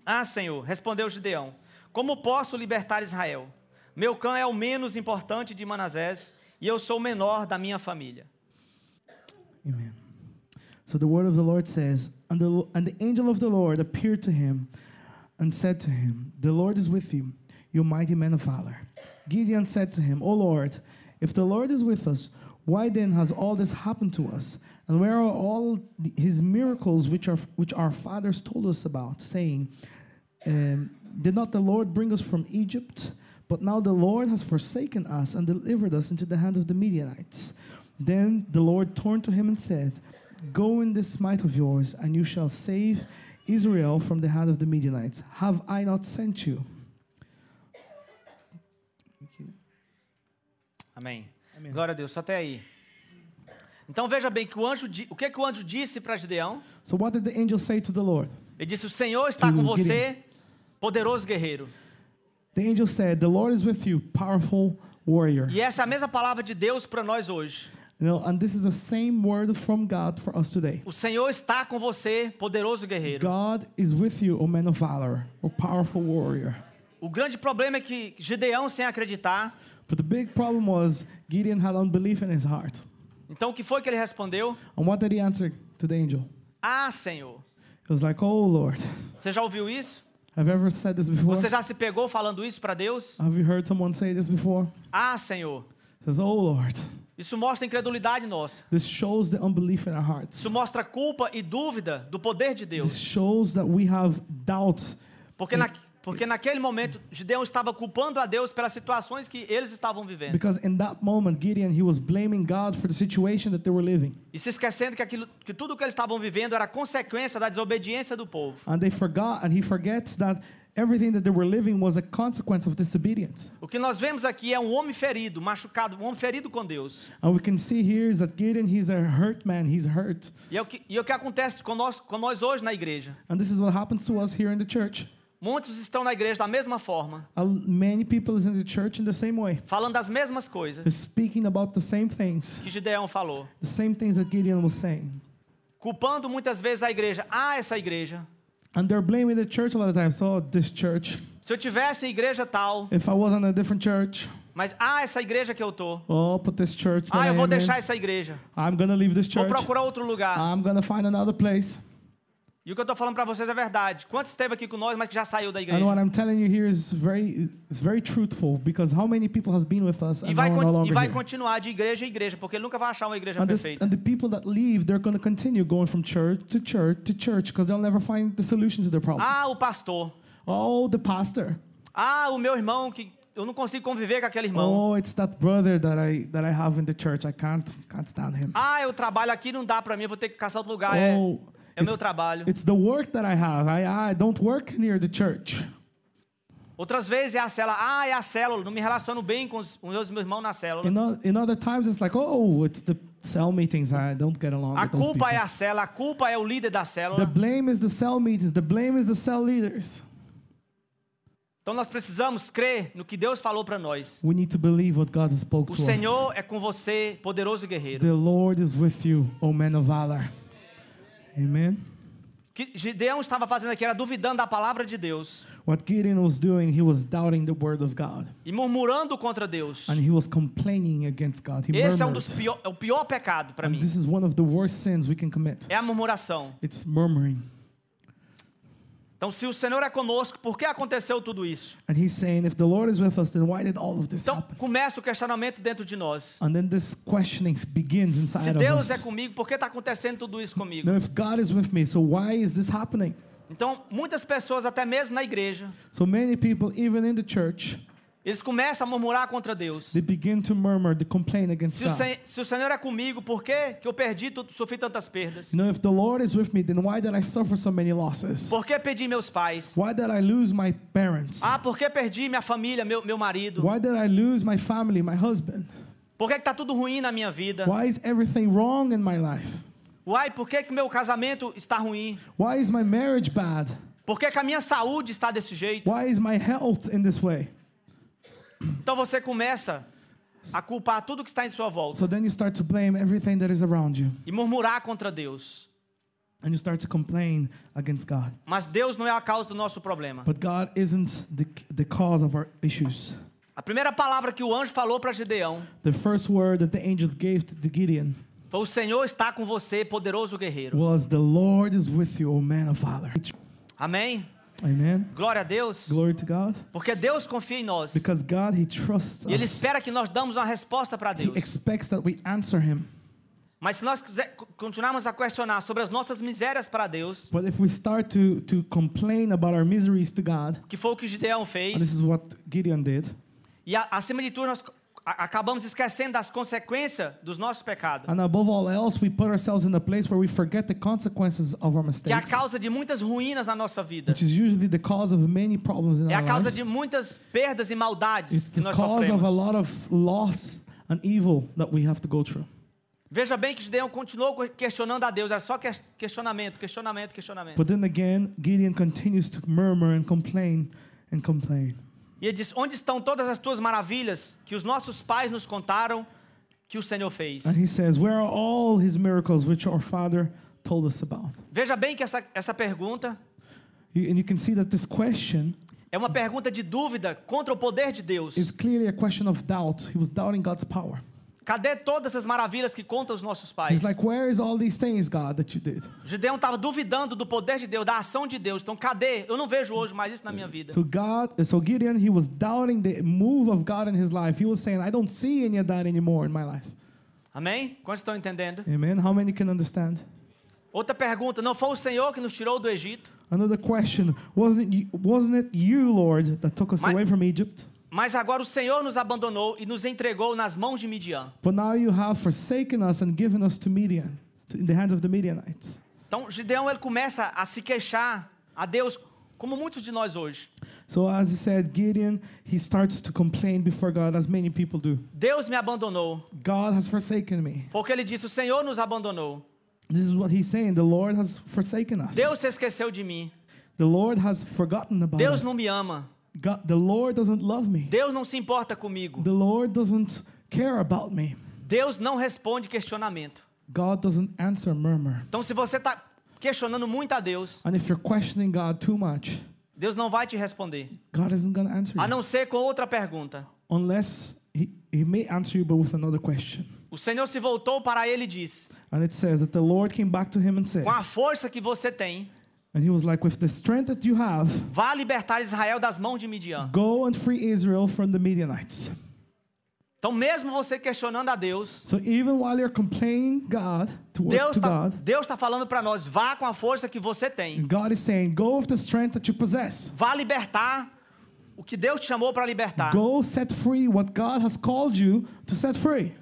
Speaker 1: Ah, Senhor, respondeu Gideão: Como posso libertar Israel? Meu cão é o menos importante de Manassés e eu sou o menor da minha família.
Speaker 2: Amen. So the word of the Lord says, and the, and the angel of the Lord appeared to him and said to him, The Lord is with you, you mighty man of valor. Gideon said to him, O Lord, if the Lord is with us, why then has all this happened to us? And where are all the- his miracles which, are, which our fathers told us about, saying, um, Did not the Lord bring us from Egypt? But now the Lord has forsaken us and delivered us into the hand of the Midianites. Then the Lord turned to him and said, Go in this might of yours, and you shall save Israel from the hand of the Midianites. Have I not sent you?
Speaker 1: Amém.
Speaker 2: Amém.
Speaker 1: Glória a Deus, só até aí. Então veja bem que o anjo, di- o que, que o anjo disse para Gideão?
Speaker 2: So, what did the angel say to the Lord?
Speaker 1: Ele disse: O Senhor está com você, poderoso guerreiro.
Speaker 2: The angel said, The Lord is with you, powerful warrior.
Speaker 1: E essa é a mesma palavra de Deus para nós hoje.
Speaker 2: You know, and this is the same word from God for us today.
Speaker 1: O Senhor está com você, poderoso guerreiro.
Speaker 2: God is with you, O man of valor, O powerful warrior.
Speaker 1: O grande problema é que Gideão, sem acreditar,
Speaker 2: But the big problem was Gideon had unbelief in his heart.
Speaker 1: então o que foi que ele respondeu?
Speaker 2: And what did he answer to the angel?
Speaker 1: Ah, Senhor.
Speaker 2: He was like, Oh Lord,
Speaker 1: Você já ouviu isso?
Speaker 2: have you ever said this before?
Speaker 1: Você já se pegou falando isso para Deus?
Speaker 2: Have you heard someone say this before?
Speaker 1: Ah, Senhor.
Speaker 2: He says, Oh Lord.
Speaker 1: Isso mostra incredulidade nossa.
Speaker 2: This shows the unbelief in our hearts.
Speaker 1: Isso mostra culpa e dúvida do poder de
Speaker 2: This
Speaker 1: Deus.
Speaker 2: shows that we have doubt.
Speaker 1: Porque, na, porque naquele momento, Gideão estava culpando a Deus pelas situações que eles estavam vivendo.
Speaker 2: Because in that moment, Gideon, he was blaming God for the situation that they were living.
Speaker 1: E se esquecendo que, aquilo, que tudo o que eles estavam vivendo era consequência da desobediência do povo.
Speaker 2: And they forgot, and he forgets that everything that they were living was a consequence of disobedience.
Speaker 1: O que nós vemos aqui é um homem ferido, machucado, um homem ferido com Deus.
Speaker 2: And we can see here is that Gideon, he's a hurt man, he's hurt.
Speaker 1: E é o que, e é o que acontece com nós, com nós hoje na igreja.
Speaker 2: And this is what happens to us here in the church.
Speaker 1: Muitos estão na igreja da mesma forma,
Speaker 2: And many people is in the church in the same way.
Speaker 1: falando das mesmas coisas
Speaker 2: They're speaking about the same things,
Speaker 1: que Gideão falou.
Speaker 2: the same things that Gideon was saying.
Speaker 1: Culpando muitas vezes a igreja. Ah, essa igreja.
Speaker 2: And they're blaming the church a lot of times. Oh, this church.
Speaker 1: Se eu tivesse em igreja tal,
Speaker 2: If I was in a different church,
Speaker 1: mas ah, essa igreja que eu tô.
Speaker 2: oh, but this church. that
Speaker 1: Ah,
Speaker 2: I
Speaker 1: eu vou
Speaker 2: am in,
Speaker 1: deixar essa igreja.
Speaker 2: I'm gonna leave this
Speaker 1: Vou
Speaker 2: church.
Speaker 1: procurar outro lugar.
Speaker 2: I'm gonna find another place.
Speaker 1: E o que eu tô falando para vocês é verdade. Quantos esteve aqui com nós, mas que já saiu da
Speaker 2: And what
Speaker 1: igreja?
Speaker 2: I'm telling you here is very, is very truthful because how many people have been with us
Speaker 1: E
Speaker 2: and now
Speaker 1: vai,
Speaker 2: are
Speaker 1: con-
Speaker 2: no
Speaker 1: e
Speaker 2: longer
Speaker 1: vai
Speaker 2: here?
Speaker 1: continuar de igreja em igreja, porque ele nunca vai achar uma igreja
Speaker 2: And, this,
Speaker 1: perfeita.
Speaker 2: and the people that leave, they're gonna continue going from church to church to church because they'll never find the solution to their problem.
Speaker 1: Ah, o pastor.
Speaker 2: Oh, the pastor.
Speaker 1: Ah, o meu irmão que eu não consigo conviver com aquele irmão.
Speaker 2: Oh, it's that brother that I that I have in the church. I can't can't stand him.
Speaker 1: Ah, eu trabalho aqui não dá pra mim, eu vou ter que caçar outro lugar. É,
Speaker 2: Oh,
Speaker 1: é o meu
Speaker 2: it's,
Speaker 1: trabalho.
Speaker 2: it's the work that I have. I I don't work near the church.
Speaker 1: Outras vezes é a célula. Ah, é a célula. Não me relaciono bem com os com os meus irmãos na célula.
Speaker 2: In, o- in other times, it's like oh, it's the cell meetings. I don't get along
Speaker 1: A
Speaker 2: with those
Speaker 1: culpa é
Speaker 2: people.
Speaker 1: a célula. A culpa é o líder da
Speaker 2: então The
Speaker 1: célula.
Speaker 2: blame is the cell meetings. The blame is the cell leaders.
Speaker 1: Então nós precisamos crer no que Deus falou pra nós.
Speaker 2: We need to believe what God has spoke
Speaker 1: O
Speaker 2: to us.
Speaker 1: Senhor é com você, poderoso guerreiro.
Speaker 2: The Lord is with you, O men of valor. Amen.
Speaker 1: O que Gideão estava fazendo aqui era duvidando da palavra de Deus
Speaker 2: What Gideon was doing, he was doubting the word of God,
Speaker 1: e murmurando contra Deus.
Speaker 2: and he was complaining against God. He
Speaker 1: Esse é um
Speaker 2: murmured.
Speaker 1: dos pior, é o pior pecado pra mim.
Speaker 2: This is one of the worst sins we can commit.
Speaker 1: É a murmuração.
Speaker 2: It's murmuring.
Speaker 1: Então Então, se o Senhor é conosco, por que aconteceu tudo isso?
Speaker 2: And he's saying, if the Lord is with us, then why did all of this
Speaker 1: Então,
Speaker 2: happen?
Speaker 1: começa o questionamento dentro de nós.
Speaker 2: And then this questioning begins
Speaker 1: Se
Speaker 2: inside of
Speaker 1: Deus é
Speaker 2: us.
Speaker 1: comigo, por que está acontecendo tudo isso comigo?
Speaker 2: Now, if God is with me, so why is this happening?
Speaker 1: Então, muitas pessoas, até mesmo na igreja,
Speaker 2: So many people, even in the church,
Speaker 1: eles começam a murmurar contra Deus.
Speaker 2: they begin to murmur, they complain against
Speaker 1: Se o,
Speaker 2: God.
Speaker 1: Sen- se o Senhor é comigo, por que, que eu perdi, tudo, sofri tantas perdas?
Speaker 2: You know, if the Lord is with me, then why did I suffer so many losses?
Speaker 1: Por que perdi meus pais?
Speaker 2: Why did I lose my parents?
Speaker 1: Ah, por que perdi minha família, meu, meu marido?
Speaker 2: Why did I lose my family, my husband?
Speaker 1: Por que está tudo ruim na minha vida?
Speaker 2: Why is everything wrong in my life?
Speaker 1: Uai, por que, que meu casamento está ruim?
Speaker 2: Why is my marriage bad?
Speaker 1: Por que, que a minha saúde está desse jeito?
Speaker 2: Why is my health in this way?
Speaker 1: Então você começa a culpar tudo que está em sua volta
Speaker 2: So then you start to blame everything that is around you
Speaker 1: e murmurar contra Deus.
Speaker 2: and you start to complain against God.
Speaker 1: Mas Deus não é a causa do nosso problema.
Speaker 2: But God isn't the, the cause of our issues.
Speaker 1: A primeira palavra que o anjo falou para Gideão
Speaker 2: The first word that the angel gave to Gideon
Speaker 1: foi: O Senhor está com você, poderoso guerreiro.
Speaker 2: was, The Lord is with you, O man of valor.
Speaker 1: Amém?
Speaker 2: Amen.
Speaker 1: Glória a Deus.
Speaker 2: Glory to God.
Speaker 1: Porque Deus confia em nós. E
Speaker 2: Because God, He trusts
Speaker 1: Ele
Speaker 2: us.
Speaker 1: espera que nós damos uma resposta para
Speaker 2: He
Speaker 1: Deus.
Speaker 2: expects that we answer Him.
Speaker 1: Mas se nós quiser, co- continuarmos a questionar sobre as nossas misérias para Deus,
Speaker 2: But if we start to, to complain about our miseries to God,
Speaker 1: que foi o que Gideão
Speaker 2: and this
Speaker 1: fez,
Speaker 2: is what Gideon did,
Speaker 1: e a, acima de tudo nós co- a- acabamos esquecendo das consequências dos nossos pecados,
Speaker 2: and above all else, we put ourselves in a place where we forget the consequences of our
Speaker 1: que é a
Speaker 2: mistakes,
Speaker 1: causa de muitas ruínas na nossa vida,
Speaker 2: which is usually the cause of many problems in
Speaker 1: é
Speaker 2: our
Speaker 1: a causa
Speaker 2: lives.
Speaker 1: de muitas perdas e
Speaker 2: It's
Speaker 1: maldades que
Speaker 2: the
Speaker 1: nós
Speaker 2: cause of a
Speaker 1: sofremos.
Speaker 2: lot of loss and evil that we have to go through.
Speaker 1: Veja bem que Gideão continuou co- questionando a Deus, era só que- questionamento, questionamento, questionamento.
Speaker 2: But then again, Gideon continues to murmur and complain and complain.
Speaker 1: E ele diz: Onde estão todas as tuas maravilhas que os nossos pais nos contaram que o Senhor fez?
Speaker 2: And he says, Where are all his miracles which our father told us about?
Speaker 1: Veja bem que essa, essa pergunta
Speaker 2: You- and you can see that this question
Speaker 1: É uma pergunta de dúvida contra o poder de Deus.
Speaker 2: is clearly a question of doubt. He was doubting God's power.
Speaker 1: Cadê todas as maravilhas que contam os nossos pais?
Speaker 2: He's like, Where is all these things, God, that you did?
Speaker 1: Gideão estava duvidando do poder de Deus, da ação de Deus. Então, cadê? Eu não vejo hoje mais isso na minha vida.
Speaker 2: So God, so Gideon, he was doubting the move of God in his life. He was saying, I don't see any of that anymore in my life.
Speaker 1: Amém? Quantos estão entendendo?
Speaker 2: Amen. How many can understand?
Speaker 1: Outra pergunta: Não foi o Senhor que nos tirou do Egito,
Speaker 2: Another question: Wasn't it, you- wasn't it you, Lord, that took us
Speaker 1: My-
Speaker 2: away from Egypt?
Speaker 1: mas agora o Senhor nos abandonou e nos entregou nas mãos de Midian.
Speaker 2: But now you have forsaken us and given us to Midian, to, in the hands of the Midianites.
Speaker 1: Então, Gideão ele começa a se queixar a Deus, como muitos de nós hoje.
Speaker 2: So as he said, Gideon, he starts to complain before God, as many people do.
Speaker 1: Deus me abandonou,
Speaker 2: God has forsaken me.
Speaker 1: porque ele disse: O Senhor nos abandonou.
Speaker 2: This is what he's saying. The Lord has forsaken us.
Speaker 1: Deus se esqueceu de mim.
Speaker 2: The Lord has forgotten about
Speaker 1: Deus
Speaker 2: us.
Speaker 1: não me ama.
Speaker 2: God, the Lord doesn't love me.
Speaker 1: Deus não se importa comigo.
Speaker 2: The Lord doesn't care about me.
Speaker 1: Deus não responde questionamento.
Speaker 2: God doesn't answer murmur.
Speaker 1: Então, se você está questionando muito a Deus,
Speaker 2: And if you're questioning God too much,
Speaker 1: Deus não vai te responder.
Speaker 2: God isn't going to answer you.
Speaker 1: A não ser com outra pergunta.
Speaker 2: unless he, he may answer you but with another question
Speaker 1: O Senhor se voltou para ele e disse:
Speaker 2: and it says that the lord came back to him and said
Speaker 1: Com a força que você tem,
Speaker 2: and he was like with the strength that you have
Speaker 1: vá libertar Israel das mãos de Midian.
Speaker 2: go and free israel from the midianites
Speaker 1: Então, mesmo você questionando a Deus,
Speaker 2: so even while you're complaining god to, work
Speaker 1: Deus
Speaker 2: to
Speaker 1: está
Speaker 2: god
Speaker 1: Deus tá falando para nós: vá com a força que você tem.
Speaker 2: god is saying go with the strength that you possess
Speaker 1: Vá libertar o que Deus te chamou para libertar.
Speaker 2: go set free what god has called you to set free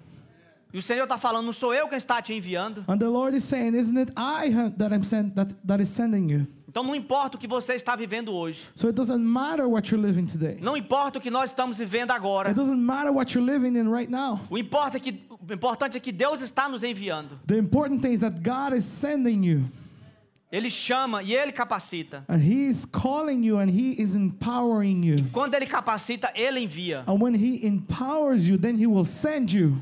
Speaker 1: E o Senhor está falando: não sou eu quem está te enviando.
Speaker 2: and the lord is saying isn't it i ha- that i'm sent that, that is sending you
Speaker 1: Então, não importa o que você está vivendo hoje.
Speaker 2: so it doesn't matter what you're living today
Speaker 1: Não importa o que nós estamos vivendo agora.
Speaker 2: it doesn't matter what you're living in right now
Speaker 1: O, importa é que, o importante é que Deus está nos enviando.
Speaker 2: The important thing is that God is sending you,
Speaker 1: Ele chama e Ele capacita.
Speaker 2: and He is calling you, and He is empowering you.
Speaker 1: Quando Ele capacita, Ele envia.
Speaker 2: And when He empowers you, then He will send you.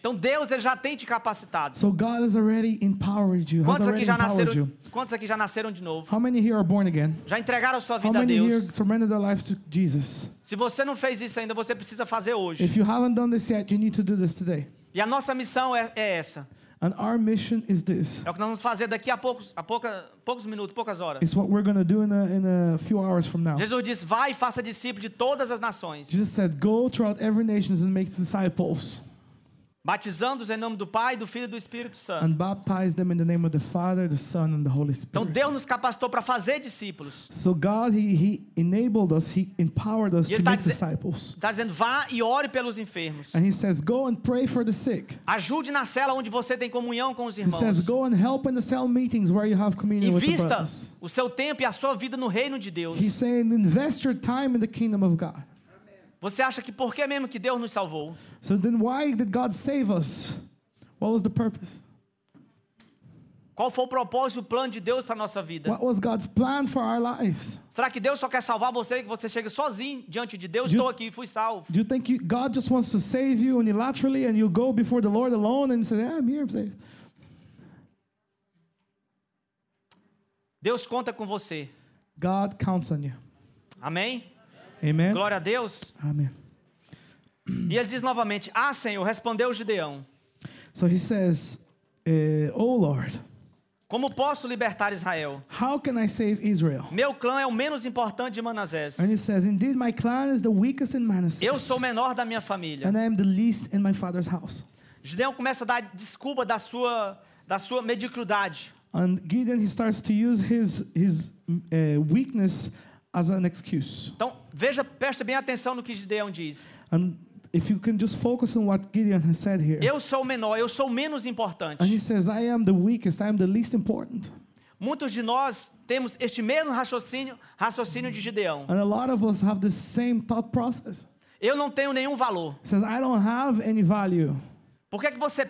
Speaker 1: Então Deus ele já tem te capacitado.
Speaker 2: So God has already empowered you. Has
Speaker 1: Quantos aqui
Speaker 2: already
Speaker 1: já
Speaker 2: empowered
Speaker 1: nasceram?
Speaker 2: you.
Speaker 1: Quantos aqui já nasceram de novo?
Speaker 2: How many here are born again?
Speaker 1: Já entregaram sua
Speaker 2: How
Speaker 1: vida a
Speaker 2: many here
Speaker 1: Deus?
Speaker 2: surrendered their lives to Jesus?
Speaker 1: Se você não fez isso ainda, você precisa fazer hoje.
Speaker 2: If you haven't done this yet, you need to do this today.
Speaker 1: E a nossa missão é, é essa:
Speaker 2: And our mission is this.
Speaker 1: É o que nós vamos fazer daqui a poucos, a pouca, poucos minutos, poucas horas.
Speaker 2: It's what we're going to do in a, in a few hours from now.
Speaker 1: Jesus disse: Vai e faça discípulo de todas as nações,
Speaker 2: Jesus said, Go throughout every nation and make disciples
Speaker 1: batizando-os em nome do Pai, do Filho e do Espírito Santo.
Speaker 2: and baptize them in the name of the Father, the Son, and the Holy
Speaker 1: Então
Speaker 2: Spirit.
Speaker 1: Deus nos capacitou para fazer discípulos.
Speaker 2: So God, He, he enabled us, He empowered us
Speaker 1: E
Speaker 2: to
Speaker 1: ele tá
Speaker 2: make
Speaker 1: dizen-
Speaker 2: disciples.
Speaker 1: Está dizendo: Vá e ore pelos enfermos.
Speaker 2: And He says, Go and pray for the sick.
Speaker 1: Ajude na cela onde você tem comunhão com os
Speaker 2: He says,
Speaker 1: irmãos.
Speaker 2: Go and help in the cell meetings where you have communion with the
Speaker 1: Invista
Speaker 2: brothers.
Speaker 1: o seu tempo e a sua vida no reino de Deus.
Speaker 2: He's saying, Invest your time in the kingdom of God.
Speaker 1: Você acha que por que mesmo que Deus nos salvou?
Speaker 2: So then, why did God save us? What was the purpose?
Speaker 1: Qual foi o propósito, o plano de Deus para nossa vida?
Speaker 2: What was God's plan for our lives?
Speaker 1: Será que Deus só quer salvar você e que você chega sozinho diante de Deus?
Speaker 2: You-
Speaker 1: Estou aqui, fui salvo.
Speaker 2: Do you think you, God just wants to save you unilaterally and you go before the Lord alone and say, yeah, I'm here, I'm saved?
Speaker 1: Deus conta com você.
Speaker 2: God counts on you.
Speaker 1: Amém?
Speaker 2: Amen.
Speaker 1: Glória a Deus.
Speaker 2: Amen.
Speaker 1: E ele diz novamente: Ah, Senhor, respondeu o Gideão:
Speaker 2: So he says, eh, Oh Lord,
Speaker 1: Como posso libertar Israel?
Speaker 2: how can I save Israel?
Speaker 1: Meu clã é o menos importante de Manassés.
Speaker 2: And he says, Indeed, my clan is the weakest in Manasseh.
Speaker 1: Eu sou o menor da minha família.
Speaker 2: And I am the least in my father's house.
Speaker 1: Gideão começa a dar desculpa da sua, da sua mediocridade.
Speaker 2: And Gideon, he starts to use his, his uh, weakness as an excuse.
Speaker 1: Então, veja, preste bem atenção no que Gideão diz.
Speaker 2: And if you can just focus on what Gideon has said here.
Speaker 1: Eu sou o menor, eu sou o menos
Speaker 2: And he
Speaker 1: importante.
Speaker 2: says, I am the weakest, I am the least important.
Speaker 1: Muitos de nós temos este mesmo raciocínio, raciocínio de Gideão.
Speaker 2: And a lot of us have the same thought process.
Speaker 1: Eu não tenho nenhum valor.
Speaker 2: It says, I don't have any value.
Speaker 1: Por que, que você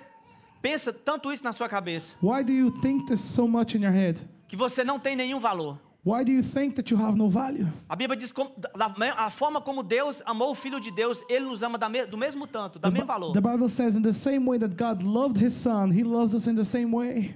Speaker 1: pensa tanto isso na sua cabeça?
Speaker 2: Why do you think this so much in your head?
Speaker 1: Que você não tem nenhum valor.
Speaker 2: Why do you think that you have no value?
Speaker 1: A Bíblia diz como, da, da- a forma como Deus amou o Filho de Deus, Ele nos ama da me- do mesmo tanto, do
Speaker 2: the,
Speaker 1: mesmo
Speaker 2: Bi-
Speaker 1: valor.
Speaker 2: the Bible says, in the same way that God loved his son, he loves us in the same way.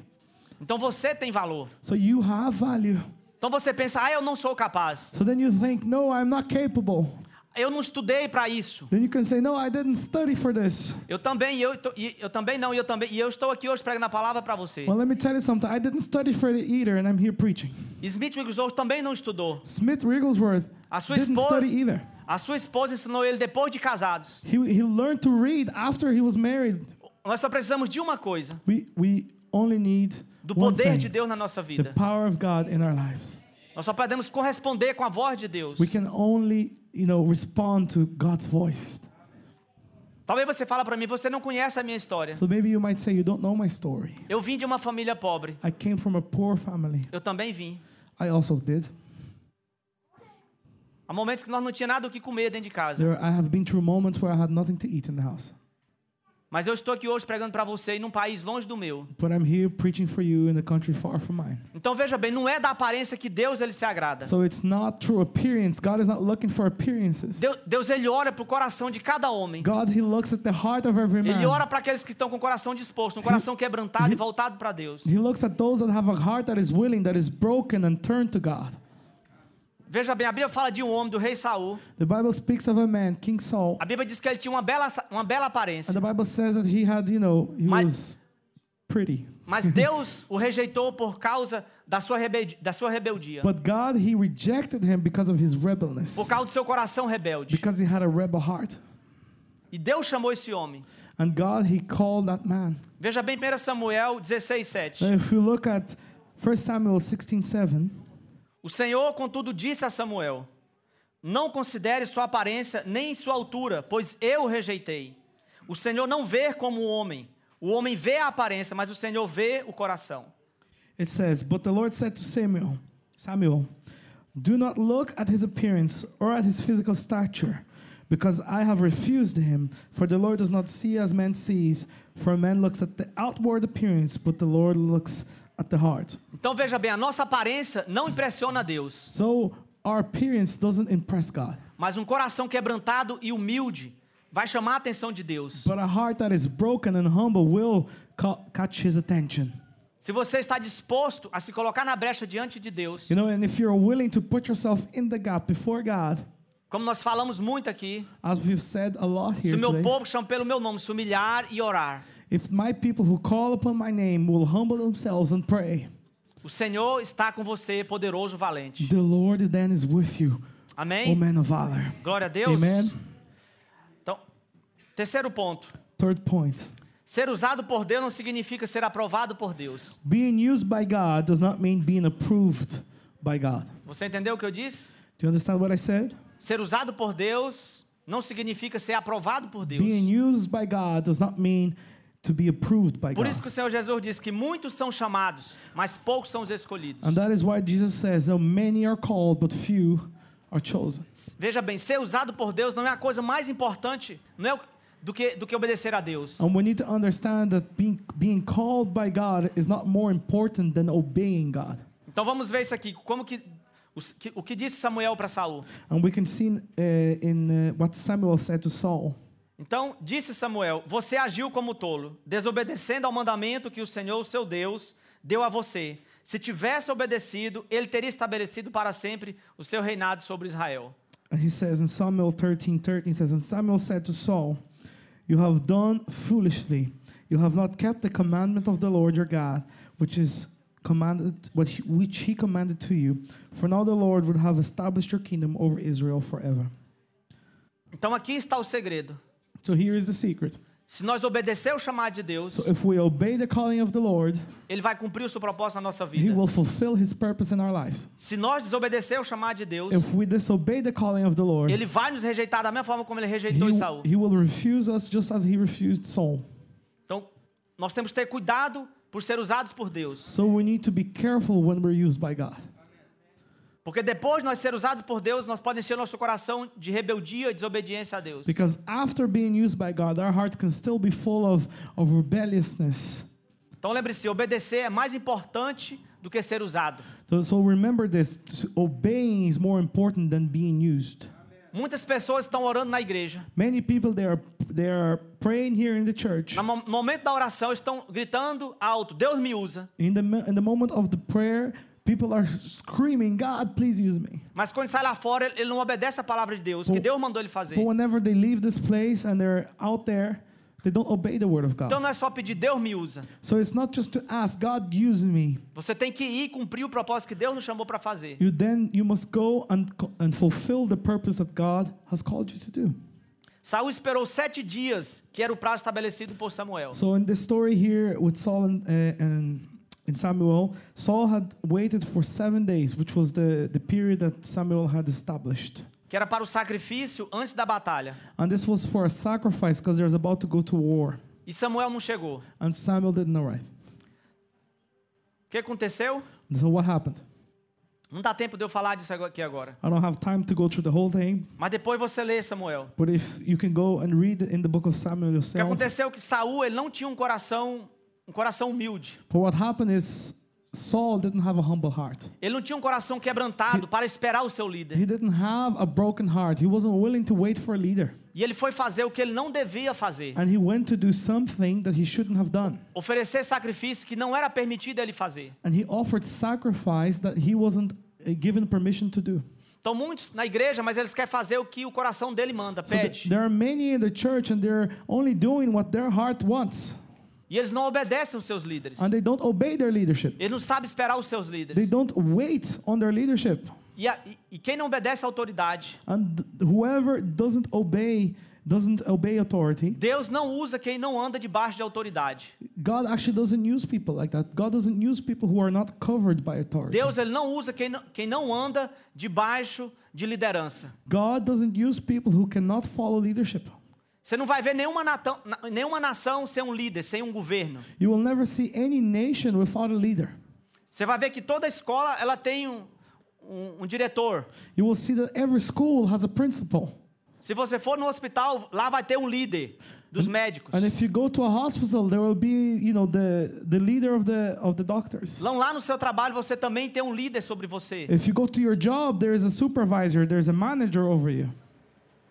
Speaker 1: Então você tem valor.
Speaker 2: So you have value.
Speaker 1: Então você pensa, ah, eu não sou capaz.
Speaker 2: So then you think, no, I'm not capable.
Speaker 1: Eu não estudei para isso.
Speaker 2: Then you can say, no, I didn't study for this.
Speaker 1: Eu também, e eu, tô- e eu também não, e eu também. E eu estou aqui hoje pregando a palavra para você.
Speaker 2: Well, let me tell you something. I didn't study for it either, and I'm here preaching.
Speaker 1: Smith Wigglesworth também não estudou.
Speaker 2: Smith Wigglesworth
Speaker 1: A sua
Speaker 2: didn't
Speaker 1: esposa-
Speaker 2: study either.
Speaker 1: A sua esposa ensinou ele depois de casados.
Speaker 2: He, he learned to read after he was married.
Speaker 1: Nós só precisamos de uma coisa:
Speaker 2: We, we only need
Speaker 1: do
Speaker 2: one
Speaker 1: poder
Speaker 2: thing,
Speaker 1: de Deus na nossa
Speaker 2: the
Speaker 1: vida.
Speaker 2: power of God in our lives.
Speaker 1: Nós só podemos corresponder com a voz de Deus.
Speaker 2: We can only, you know, respond to God's voice.
Speaker 1: Talvez você fale para mim, você não conhece a minha história.
Speaker 2: So maybe you might say, you don't know my story.
Speaker 1: Eu vim de uma família pobre.
Speaker 2: I came from a poor family.
Speaker 1: Eu também vim.
Speaker 2: I also did.
Speaker 1: Há momentos que nós não tinha nada o que comer dentro de casa.
Speaker 2: There, I have been through moments where I had nothing to eat in the house.
Speaker 1: Mas eu estou aqui hoje pregando para você em um país longe do meu.
Speaker 2: But I'm here preaching for you in a country far from mine.
Speaker 1: Então veja bem, não é da aparência que Deus ele se agrada.
Speaker 2: So it's not through appearance. God is not looking for appearances.
Speaker 1: Deus, Deus ele ora pro coração de cada homem.
Speaker 2: God, He looks at the heart of every man.
Speaker 1: Ele ora para aqueles que estão com o coração disposto, um coração quebrantado e voltado para Deus.
Speaker 2: He looks at those that have a heart that is willing, that is broken, and turned to God.
Speaker 1: Veja bem, a Bíblia fala de um homem, do rei Saul.
Speaker 2: The Bible speaks of a man, King Saul,
Speaker 1: A Bíblia diz que ele tinha uma bela, uma bela
Speaker 2: and
Speaker 1: aparência.
Speaker 2: the Bible says that he had, you know, he
Speaker 1: Mas-
Speaker 2: was pretty.
Speaker 1: Mas Deus o rejeitou por causa da sua, rebeldi- da sua rebeldia.
Speaker 2: But God, He rejected him because of his rebelness,
Speaker 1: Por causa do seu coração rebelde.
Speaker 2: because he had a rebel heart.
Speaker 1: E Deus chamou esse homem.
Speaker 2: And God, He called that man.
Speaker 1: Veja bem 1 Samuel 16, 7.
Speaker 2: Now, if you look at 1 Samuel 16 7,
Speaker 1: O Senhor, contudo, disse a Samuel: Não considere sua aparência nem sua altura, pois eu o rejeitei. O Senhor não vê como o homem. O homem vê a aparência, mas o Senhor vê o coração.
Speaker 2: It says, But the Lord said to Samuel, Samuel, do not look at his appearance or at his physical stature, because I have refused him. For the Lord does not see as man sees, for man looks at the outward appearance, but the Lord looks at the heart.
Speaker 1: Então veja bem, a nossa aparência não impressiona a Deus,
Speaker 2: So our appearance doesn't impress God,
Speaker 1: mas um coração quebrantado e humilde vai chamar a atenção de Deus.
Speaker 2: but a heart that is broken and humble will ca- catch his attention.
Speaker 1: Se você está disposto a se colocar na brecha diante de Deus,
Speaker 2: You know, and if you're willing to put yourself in the gap before God,
Speaker 1: como nós falamos muito aqui,
Speaker 2: as we've said a lot
Speaker 1: se
Speaker 2: here,
Speaker 1: o meu
Speaker 2: today,
Speaker 1: povo que chama pelo meu nome, se humilhar e orar,
Speaker 2: If my people who call upon my name will humble themselves and pray,
Speaker 1: O Senhor está com você, poderoso, valente.
Speaker 2: the Lord then is with you, O
Speaker 1: Amém?
Speaker 2: man of valor.
Speaker 1: Glória a Deus.
Speaker 2: Amen.
Speaker 1: Então, terceiro ponto.
Speaker 2: Third point.
Speaker 1: Ser usado por Deus não significa ser aprovado por Deus.
Speaker 2: Being used by God does not mean being approved by God.
Speaker 1: Você entendeu o que eu disse?
Speaker 2: Do you understand what I said?
Speaker 1: Ser usado por Deus não significa ser aprovado por Deus.
Speaker 2: Being used by God does not mean to be approved by
Speaker 1: Por
Speaker 2: God.
Speaker 1: isso que o Senhor Jesus disse que muitos são chamados, mas poucos são os escolhidos.
Speaker 2: And that is why Jesus says, "Though many are called, but few are chosen."
Speaker 1: Veja bem, ser usado por Deus não é a coisa mais importante não é o- do, que, do que obedecer a Deus.
Speaker 2: And we need to understand that being, being called by God is not more important than obeying God.
Speaker 1: Então vamos ver isso aqui. Como que os- que- o que disse Samuel para Saul?
Speaker 2: And we can see in, uh, in uh, what Samuel said to Saul.
Speaker 1: Então disse Samuel: Você agiu como tolo, desobedecendo ao mandamento que o Senhor, o seu Deus, deu a você. Se tivesse obedecido, ele teria estabelecido para sempre o seu reinado sobre Israel.
Speaker 2: And he says in Samuel 13 13, he says, And Samuel said to Saul, You have done foolishly. You have not kept the commandment of the Lord your God, which is commanded what he- which he commanded to you. For now the Lord would have established your kingdom over Israel forever.
Speaker 1: Então aqui está o segredo.
Speaker 2: So here is the secret.
Speaker 1: Se nós obedecer o chamado de Deus,
Speaker 2: So if we obey the calling of the Lord,
Speaker 1: ele vai cumprir o seu propósito na nossa
Speaker 2: he
Speaker 1: vida.
Speaker 2: will fulfill his purpose in our lives.
Speaker 1: Se nós desobedecer o chamado de Deus,
Speaker 2: If we disobey the calling of the Lord,
Speaker 1: ele vai nos rejeitar da mesma forma como ele
Speaker 2: he,
Speaker 1: rejeitou Saul.
Speaker 2: he will refuse us just as he refused Saul.
Speaker 1: Então, nós temos que ter cuidado por ser usados por Deus.
Speaker 2: So we need to be careful when we're used by God.
Speaker 1: Porque depois de nós ser usados por Deus, nós podemos encher nosso coração de rebeldia e desobediência a Deus.
Speaker 2: Because after being used by God, our heart can still be full of, of rebelliousness.
Speaker 1: Então lembre-se, obedecer é mais importante do que ser usado.
Speaker 2: So, so remember this s- obeying is more important than being used.
Speaker 1: Muitas pessoas estão orando na igreja.
Speaker 2: Many people they are they are praying here in the church.
Speaker 1: No mo- momento da oração, estão gritando alto: Deus me usa.
Speaker 2: In the mo- in the moment of the prayer, people are screaming, "God, please use me."
Speaker 1: Mas quando sai lá fora, ele ele não obedece a palavra de Deus, que
Speaker 2: Bom.
Speaker 1: Deus mandou ele fazer.
Speaker 2: But whenever they leave this place and they're out there, they don't obey the word of
Speaker 1: Então
Speaker 2: God.
Speaker 1: não é só pedir: Deus me usa.
Speaker 2: So it's not just to ask, "God, use me."
Speaker 1: Você tem que ir cumprir o propósito que Deus nos chamou para fazer.
Speaker 2: You then you must go and co- and fulfill the purpose that God has called you to do.
Speaker 1: Saul esperou sete dias, que era o prazo estabelecido por Samuel.
Speaker 2: So in this story here with Saul and, uh, and and Samuel, Saul had waited for seven days, which was the, the period that Samuel had established.
Speaker 1: que era para o sacrifício antes da batalha.
Speaker 2: And this was for a sacrifice because there's about to go to war.
Speaker 1: E Samuel não chegou. O
Speaker 2: And Samuel didn't arrive.
Speaker 1: que aconteceu?
Speaker 2: And so what happened?
Speaker 1: Não dá tempo de eu falar disso ago- aqui agora.
Speaker 2: I don't have time to go through the whole thing,
Speaker 1: Mas depois você lê Samuel.
Speaker 2: but if you can go and read in the book of Samuel
Speaker 1: O que
Speaker 2: yourself.
Speaker 1: aconteceu é que Saul ele não tinha um coração, um coração humilde.
Speaker 2: But what happened is Saul didn't have a humble heart.
Speaker 1: Ele não tinha um coração quebrantado para esperar o seu líder.
Speaker 2: He didn't have a broken heart. He wasn't willing to wait for a leader.
Speaker 1: E ele foi fazer o que ele não devia fazer.
Speaker 2: And he went to do something that he shouldn't have done.
Speaker 1: Oferecer sacrifício que não era permitido ele fazer.
Speaker 2: and he offered sacrifice that he wasn't uh, given permission to do.
Speaker 1: Então muitos na igreja, mas eles querem fazer o que o coração dele manda,
Speaker 2: So th-
Speaker 1: pede.
Speaker 2: there are many in the church and they're only doing what their heart wants
Speaker 1: E eles não obedecem os seus líderes.
Speaker 2: and they don't obey their leadership.
Speaker 1: Eles não sabem esperar os seus
Speaker 2: They
Speaker 1: líderes.
Speaker 2: don't wait on their leadership.
Speaker 1: E, a- e- e quem não obedece à autoridade
Speaker 2: And th- whoever doesn't obey doesn't obey authority.
Speaker 1: Deus não usa quem não anda debaixo de autoridade.
Speaker 2: God actually doesn't use people like that. God doesn't use people who are not covered by authority.
Speaker 1: Deus ele não usa quem não, quem não anda debaixo de liderança.
Speaker 2: God doesn't use people who cannot follow leadership.
Speaker 1: Você não vai ver nenhuma, natão- na- nenhuma nação sem um líder, sem um governo.
Speaker 2: You will never see any nation without a leader.
Speaker 1: Você vai ver que toda escola ela tem um, um- um diretor.
Speaker 2: You will see that every school has a principal.
Speaker 1: Se você for no hospital, lá vai ter um líder dos médicos.
Speaker 2: And if you go to a hospital, there will be, you know, the, the leader of the of the doctors.
Speaker 1: Lá, lá no seu trabalho você também tem um líder sobre você.
Speaker 2: If you go to your job, there is a supervisor, there's a manager over you.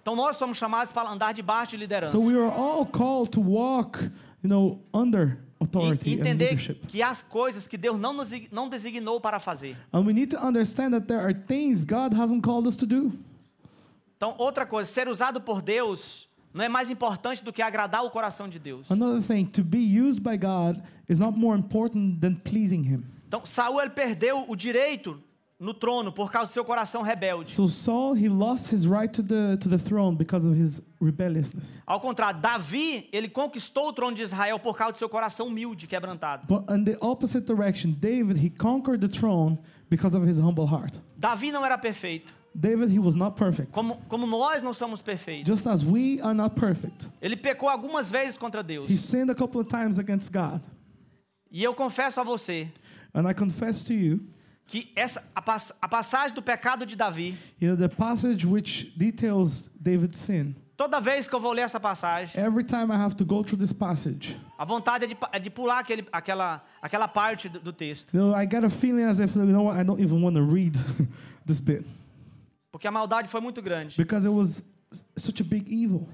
Speaker 1: Então nós somos chamados para andar debaixo de liderança.
Speaker 2: So we are all called to walk, you know, under
Speaker 1: E
Speaker 2: authority and
Speaker 1: entender
Speaker 2: leadershig.
Speaker 1: que há as coisas que Deus não nos ig- não designou para fazer.
Speaker 2: And we need to understand that there are things God hasn't called us to do.
Speaker 1: Então, outra coisa, ser usado por Deus não é mais importante do que agradar o coração de Deus.
Speaker 2: Another thing, to be used by God is not more important than pleasing Him.
Speaker 1: Então Saul ele perdeu o direito no trono por causa do seu coração rebelde.
Speaker 2: So Saul he lost his right to the to the throne because of his rebelliousness.
Speaker 1: Ao contrário, Davi ele conquistou o trono de Israel por causa do seu coração humilde, quebrantado.
Speaker 2: But in the opposite direction, David he conquered the throne because of his humble heart.
Speaker 1: Davi não era perfeito,
Speaker 2: David he was not perfect.
Speaker 1: como, como nós não somos perfeitos.
Speaker 2: Just as we are not perfect.
Speaker 1: Ele pecou algumas vezes contra Deus.
Speaker 2: He sinned a couple of times against God.
Speaker 1: E eu confesso a você
Speaker 2: And I confess to you,
Speaker 1: que essa a, pas- a passagem do pecado de Davi,
Speaker 2: you know the passage which details David's sin.
Speaker 1: toda vez que eu vou ler essa passagem,
Speaker 2: Every time I have to go through this passage,
Speaker 1: a vontade é de, pa- é de pular aquele, aquela, aquela parte do, do texto,
Speaker 2: you know, I get a feeling as if you know what, I don't even want to read this bit
Speaker 1: porque a maldade foi muito grande.
Speaker 2: because it was such a big evil.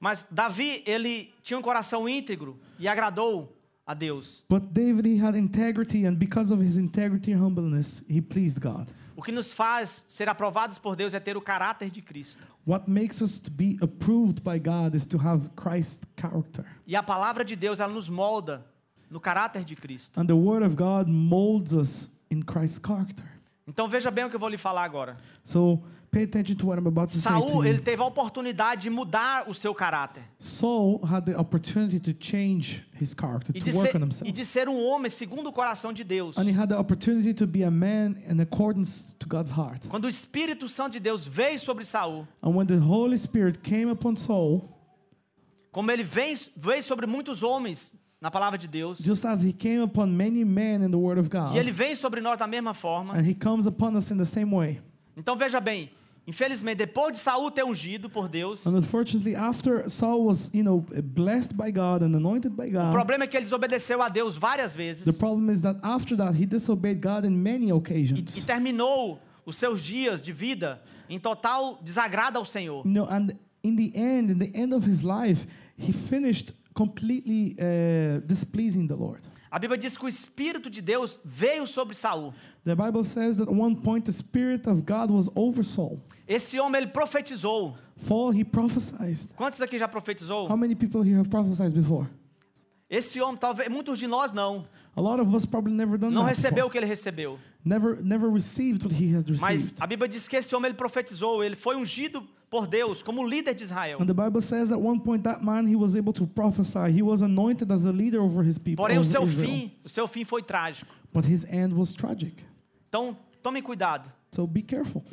Speaker 1: Mas Davi, ele tinha um coração íntegro e agradou a Deus.
Speaker 2: But David, he had integrity, and because of his integrity and humbleness, he pleased God.
Speaker 1: O que nos faz ser aprovados por Deus é ter o caráter de Cristo.
Speaker 2: What makes us to be approved by God is to have Christ's character.
Speaker 1: E a palavra de Deus, ela nos molda no caráter de Cristo.
Speaker 2: And the Word of God molds us in Christ's character.
Speaker 1: Então veja bem o que eu vou lhe falar agora.
Speaker 2: So pay attention to what I'm about to say.
Speaker 1: Saul,
Speaker 2: To
Speaker 1: ele
Speaker 2: you.
Speaker 1: teve a oportunidade de mudar o seu caráter
Speaker 2: Saul had the opportunity to change his character,
Speaker 1: e
Speaker 2: to
Speaker 1: de,
Speaker 2: work
Speaker 1: ser,
Speaker 2: on
Speaker 1: e
Speaker 2: himself.
Speaker 1: de ser um homem segundo o coração de Deus.
Speaker 2: And he had the opportunity to be a man in accordance to God's heart.
Speaker 1: Quando o Espírito Santo de Deus veio sobre Saul,
Speaker 2: And when the Holy Spirit came upon Saul,
Speaker 1: como ele vem, veio sobre muitos homens na palavra de Deus,
Speaker 2: just as he came upon many men in the Word of God,
Speaker 1: e ele vem sobre nós da mesma forma.
Speaker 2: and he comes upon us in the same way.
Speaker 1: Então veja bem, infelizmente depois de Saul ter ungido por Deus,
Speaker 2: And unfortunately, after Saul was, you know, blessed by God and anointed by
Speaker 1: o
Speaker 2: God,
Speaker 1: problema é que ele desobedeceu a Deus várias
Speaker 2: the
Speaker 1: vezes
Speaker 2: problem is that after that he disobeyed God in many
Speaker 1: e,
Speaker 2: occasions.
Speaker 1: e terminou os seus dias de vida em total desagrado ao Senhor.
Speaker 2: You know, and in the end, in the end of his life, he finished completely uh, displeasing the Lord.
Speaker 1: A Bíblia diz que o Espírito de Deus veio sobre Saul.
Speaker 2: The Bible says that at one point the Spirit of God was over Saul.
Speaker 1: Esse homem ele profetizou.
Speaker 2: For he prophesied.
Speaker 1: Quantos aqui já
Speaker 2: How
Speaker 1: profetizou?
Speaker 2: many people here have prophesied before?
Speaker 1: Esse homem, talvez muitos de nós não,
Speaker 2: A lot of us probably never done
Speaker 1: não
Speaker 2: that
Speaker 1: recebeu o
Speaker 2: before.
Speaker 1: que ele recebeu.
Speaker 2: Never, never received what he has
Speaker 1: Mas
Speaker 2: received.
Speaker 1: a Bíblia diz que esse homem ele profetizou, ele foi ungido por Deus como líder de Israel.
Speaker 2: And the Bible says at one point that man he was able to prophesy. He was anointed as a leader over his people.
Speaker 1: Porém o
Speaker 2: over
Speaker 1: seu
Speaker 2: Israel.
Speaker 1: fim, o seu fim foi trágico.
Speaker 2: But his end was tragic.
Speaker 1: Então, tome cuidado.
Speaker 2: So be careful.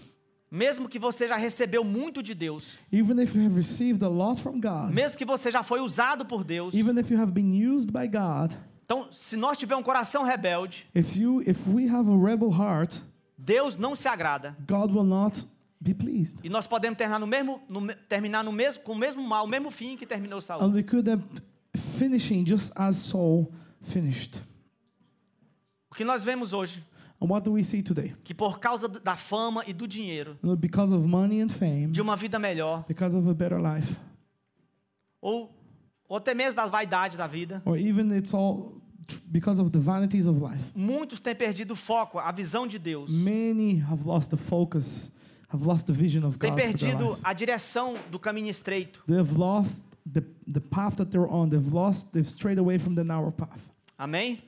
Speaker 1: Mesmo que você já recebeu muito de Deus,
Speaker 2: Even if you have received a lot from God,
Speaker 1: mesmo que você já foi usado por Deus,
Speaker 2: even if you have been used by God,
Speaker 1: então se nós tiver um coração rebelde,
Speaker 2: if you if we have a rebel heart,
Speaker 1: Deus não se agrada.
Speaker 2: God will not be pleased.
Speaker 1: E nós podemos terminar no mesmo, no me- terminar no mesmo, com o mesmo mal, o mesmo fim que terminou Saul.
Speaker 2: And we could end up finishing just as Saul finished.
Speaker 1: O que nós vemos hoje,
Speaker 2: And what do we see today?
Speaker 1: que por causa do- da fama e do dinheiro,
Speaker 2: You know, because of money and fame,
Speaker 1: de uma vida melhor,
Speaker 2: because of a better life,
Speaker 1: ou, ou até mesmo da vaidade da vida,
Speaker 2: or even it's all tr- because of the vanities of life.
Speaker 1: muitos têm perdido o foco, a visão de Deus.
Speaker 2: Many have lost the focus, have lost the vision of
Speaker 1: Têm
Speaker 2: God. For their
Speaker 1: perdido
Speaker 2: lives.
Speaker 1: a direção do caminho estreito.
Speaker 2: They've lost the, the path that they're on. They've lost, they've strayed away from the narrow path.
Speaker 1: Amém?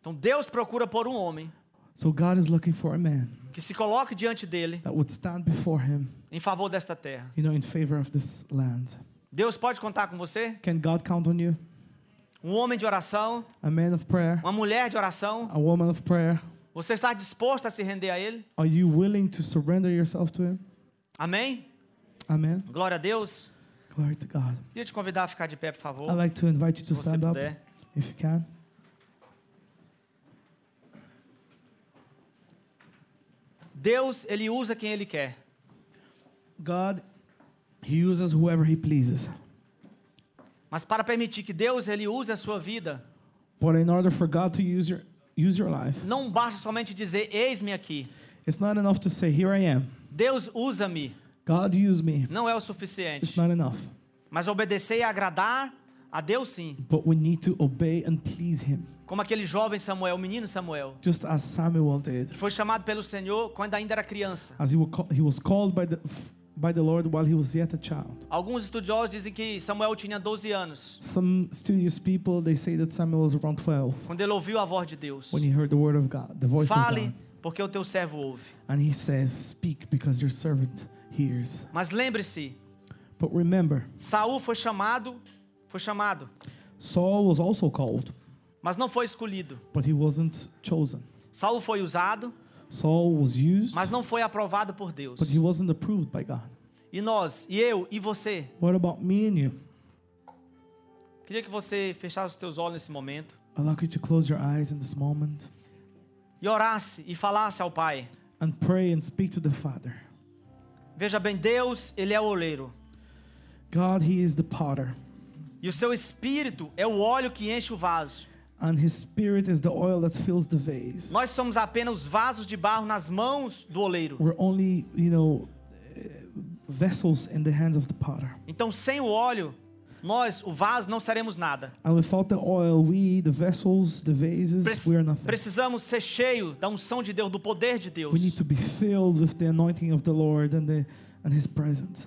Speaker 1: Então Deus procura por um homem
Speaker 2: So God is looking for a man
Speaker 1: que se coloque diante dele
Speaker 2: that would stand before him,
Speaker 1: em favor desta terra.
Speaker 2: you know, in favor of this land.
Speaker 1: Deus pode contar com você?
Speaker 2: Can God count on you?
Speaker 1: Um homem de oração,
Speaker 2: A man of prayer,
Speaker 1: uma mulher de oração.
Speaker 2: a woman of prayer.
Speaker 1: Você está disposto a se render a ele?
Speaker 2: Are you willing to surrender yourself to him?
Speaker 1: Amém?
Speaker 2: Amen.
Speaker 1: Glória a Deus.
Speaker 2: Glory to God.
Speaker 1: Queria te convidar a ficar de pé, por favor,
Speaker 2: I'd like to invite you
Speaker 1: se
Speaker 2: to
Speaker 1: você
Speaker 2: stand up
Speaker 1: puder.
Speaker 2: if you can.
Speaker 1: Deus, ele usa quem ele quer.
Speaker 2: God, He uses whoever He pleases.
Speaker 1: Mas para permitir que Deus ele use a sua vida,
Speaker 2: But in order for God to use your use your life,
Speaker 1: não basta somente dizer eis-me aqui.
Speaker 2: it's not enough to say, "Here I am."
Speaker 1: Deus usa-me.
Speaker 2: God, use me.
Speaker 1: Não é o
Speaker 2: It's
Speaker 1: suficiente.
Speaker 2: not enough.
Speaker 1: Mas obedecer e agradar a Deus sim.
Speaker 2: But we need to obey and please Him,
Speaker 1: Como aquele jovem Samuel, o menino Samuel,
Speaker 2: just as Samuel did,
Speaker 1: que foi chamado pelo Senhor quando ainda era criança.
Speaker 2: as he was, call, he was called by the f- by the Lord while he was yet a child.
Speaker 1: Alguns estudiosos dizem que Samuel tinha 12 anos
Speaker 2: Some studious people they say that Samuel was around 12
Speaker 1: quando ele ouviu a voz de Deus.
Speaker 2: when he heard the word of God, the voice of
Speaker 1: Fale,
Speaker 2: God,
Speaker 1: porque o teu servo ouve.
Speaker 2: and he says, "Speak, because your servant hears."
Speaker 1: Mas lembre-se,
Speaker 2: But remember,
Speaker 1: Saul foi chamado, foi chamado,
Speaker 2: Saul was also called,
Speaker 1: mas não foi escolhido.
Speaker 2: but he wasn't chosen.
Speaker 1: Saul foi usado,
Speaker 2: Saul was used,
Speaker 1: mas não foi aprovado por Deus.
Speaker 2: but he wasn't approved by God.
Speaker 1: E nós, e eu, e você,
Speaker 2: What about me and you?
Speaker 1: queria que você fechasse os teus olhos nesse momento
Speaker 2: I'd like you to close your eyes in this moment
Speaker 1: e orasse e falasse ao Pai.
Speaker 2: and pray and speak to the Father.
Speaker 1: Veja bem, Deus, ele é o oleiro.
Speaker 2: God, He is the potter,
Speaker 1: E o seu espírito é o óleo que enche o vaso.
Speaker 2: and His Spirit is the oil that fills the vase.
Speaker 1: Nós somos apenas vasos de barro nas mãos do oleiro.
Speaker 2: We're only, you know, eh, vessels in the hands of the potter.
Speaker 1: Então, sem o óleo, nós, o vaso, não seremos nada.
Speaker 2: And without the oil, we, the vessels, the vases,
Speaker 1: Prec-
Speaker 2: we are nothing.
Speaker 1: precisamos ser cheio da unção de Deus, do poder de Deus.
Speaker 2: We need to be filled with the anointing of the Lord and the and His presence.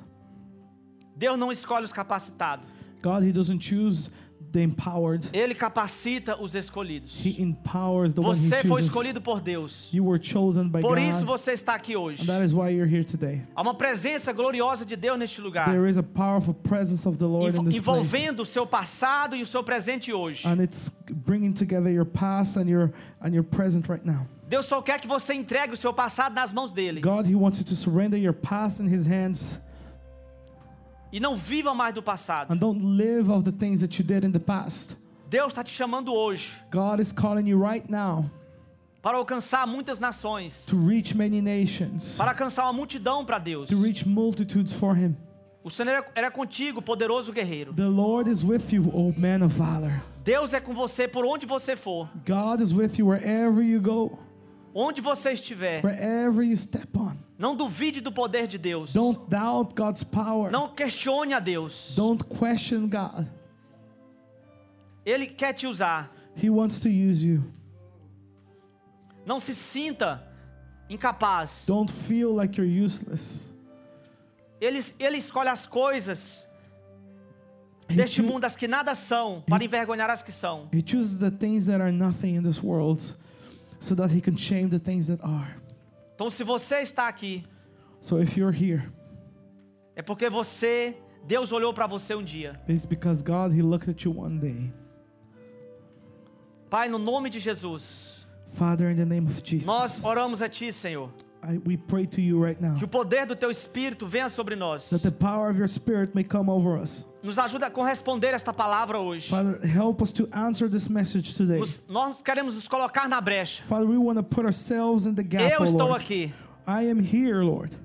Speaker 1: Deus não escolhe os capacitados.
Speaker 2: God, He doesn't choose the empowered.
Speaker 1: Ele capacita os escolhidos.
Speaker 2: He empowers the one He
Speaker 1: Você foi
Speaker 2: chooses.
Speaker 1: escolhido por Deus.
Speaker 2: You were chosen by
Speaker 1: Por
Speaker 2: God,
Speaker 1: isso você está aqui hoje.
Speaker 2: and that is why you're here today.
Speaker 1: Há uma presença gloriosa de Deus neste lugar,
Speaker 2: There is a powerful presence of the Lord in
Speaker 1: envo-
Speaker 2: this place.
Speaker 1: envolvendo o seu passado e o seu presente hoje.
Speaker 2: And it's bringing together your past and your and your present right now.
Speaker 1: Deus só quer que você entregue o seu passado nas mãos dele
Speaker 2: God, He wants you to surrender your past in His hands
Speaker 1: e não viva mais do passado.
Speaker 2: and don't live of the things that you did in the past.
Speaker 1: Deus está te chamando hoje
Speaker 2: God is calling you right now
Speaker 1: para alcançar muitas nações,
Speaker 2: to reach many nations,
Speaker 1: para alcançar uma multidão para Deus.
Speaker 2: to reach multitudes for Him.
Speaker 1: O Senhor era- era contigo, poderoso guerreiro.
Speaker 2: The Lord is with you, O man of valor.
Speaker 1: Deus é com você por onde você for,
Speaker 2: God is with you wherever you go,
Speaker 1: onde você estiver.
Speaker 2: wherever you step on.
Speaker 1: Não duvide do poder de Deus.
Speaker 2: Don't doubt God's power.
Speaker 1: Não questione a Deus.
Speaker 2: Don't question God.
Speaker 1: Ele quer te usar.
Speaker 2: He wants to use you.
Speaker 1: Não se sinta incapaz.
Speaker 2: Don't feel like you're useless.
Speaker 1: Ele, ele escolhe as coisas
Speaker 2: He,
Speaker 1: deste
Speaker 2: choo-
Speaker 1: mundo, as que nada são, para envergonhar as que são.
Speaker 2: he chooses the things that are nothing in this world so that he can shame the things that are.
Speaker 1: Então, se você está aqui,
Speaker 2: So if you're here,
Speaker 1: é porque você, Deus olhou para você um dia.
Speaker 2: it's because God, he looked at you one day.
Speaker 1: Pai, no nome de Jesus,
Speaker 2: Father, in the name of Jesus,
Speaker 1: nós oramos a Ti, Senhor,
Speaker 2: I, we pray to you right now
Speaker 1: que o poder do Teu Espírito venha sobre nós.
Speaker 2: that the power of your spirit may come over us.
Speaker 1: Nos ajuda a corresponder esta palavra hoje.
Speaker 2: Father, help us to answer this message today.
Speaker 1: Nos- nós queremos nos colocar na brecha.
Speaker 2: Father, we want to put ourselves in the gap,
Speaker 1: Eu
Speaker 2: oh
Speaker 1: estou
Speaker 2: Lord.
Speaker 1: aqui.
Speaker 2: I am here, Lord.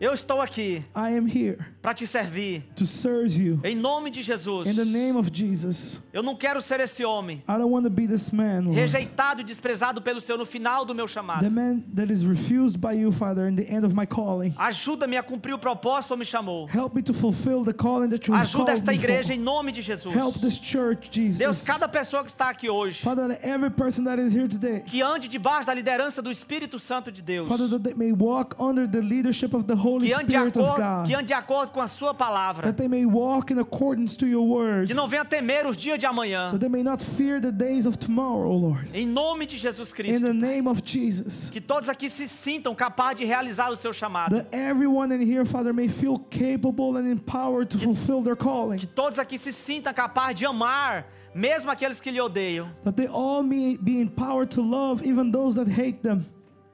Speaker 1: Eu estou aqui
Speaker 2: I am here
Speaker 1: para te servir.
Speaker 2: to serve you.
Speaker 1: Em nome de Jesus.
Speaker 2: In the name of Jesus,
Speaker 1: Eu não quero ser esse homem
Speaker 2: I don't want to be this man, Lord.
Speaker 1: rejeitado e desprezado pelo Senhor no final do meu chamado.
Speaker 2: The man that is refused by you, Father, in the end of my calling.
Speaker 1: Ajuda-me a cumprir o propósito que me chamou.
Speaker 2: Help me to fulfill the calling that you have called
Speaker 1: Ajuda esta
Speaker 2: me for.
Speaker 1: igreja em nome de Jesus.
Speaker 2: Help this church, Jesus.
Speaker 1: Deus, cada pessoa que está aqui hoje,
Speaker 2: Father, that every person that is here today,
Speaker 1: que ande debaixo da liderança do Espírito Santo de Deus,
Speaker 2: Father, that they may walk under the leadership of the Holy
Speaker 1: que ande, de
Speaker 2: Spirit of
Speaker 1: acordo,
Speaker 2: God.
Speaker 1: que ande de acordo com a sua palavra,
Speaker 2: That they may walk in accordance to your word.
Speaker 1: que não venha temer os dias de amanhã.
Speaker 2: that they may not fear the days of tomorrow, Lord.
Speaker 1: Em nome de Jesus
Speaker 2: In
Speaker 1: Cristo,
Speaker 2: the name of Jesus.
Speaker 1: que todos aqui se sintam capazes de realizar o seu chamado.
Speaker 2: That everyone in here, Father, may feel capable and empowered to fulfill their calling.
Speaker 1: Que todos aqui se sintam capazes de amar, mesmo aqueles que lhe odeiam.
Speaker 2: That they all may be empowered to love even those that hate them.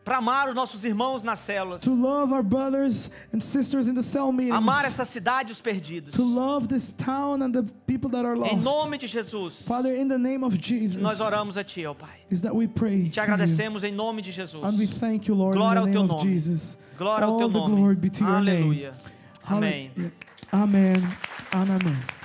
Speaker 1: para amar os nossos irmãos nas células,
Speaker 2: To love our brothers and sisters in the cell meetings.
Speaker 1: amar esta cidade e os perdidos.
Speaker 2: To love this town and the people that are
Speaker 1: Em
Speaker 2: lost.
Speaker 1: nome de Jesus,
Speaker 2: Father, in the name of Jesus,
Speaker 1: nós oramos a Ti, ó Pai.
Speaker 2: is that we pray
Speaker 1: Te
Speaker 2: to you.
Speaker 1: agradecemos em nome de Jesus.
Speaker 2: And we thank you, Lord,
Speaker 1: Glória
Speaker 2: in
Speaker 1: ao
Speaker 2: the
Speaker 1: teu
Speaker 2: name of
Speaker 1: nome.
Speaker 2: Jesus.
Speaker 1: Glória
Speaker 2: All
Speaker 1: ao Teu
Speaker 2: the glory
Speaker 1: nome.
Speaker 2: be to your name.
Speaker 1: Aleluia.
Speaker 2: Halle-
Speaker 1: Amém.
Speaker 2: Amen and amen.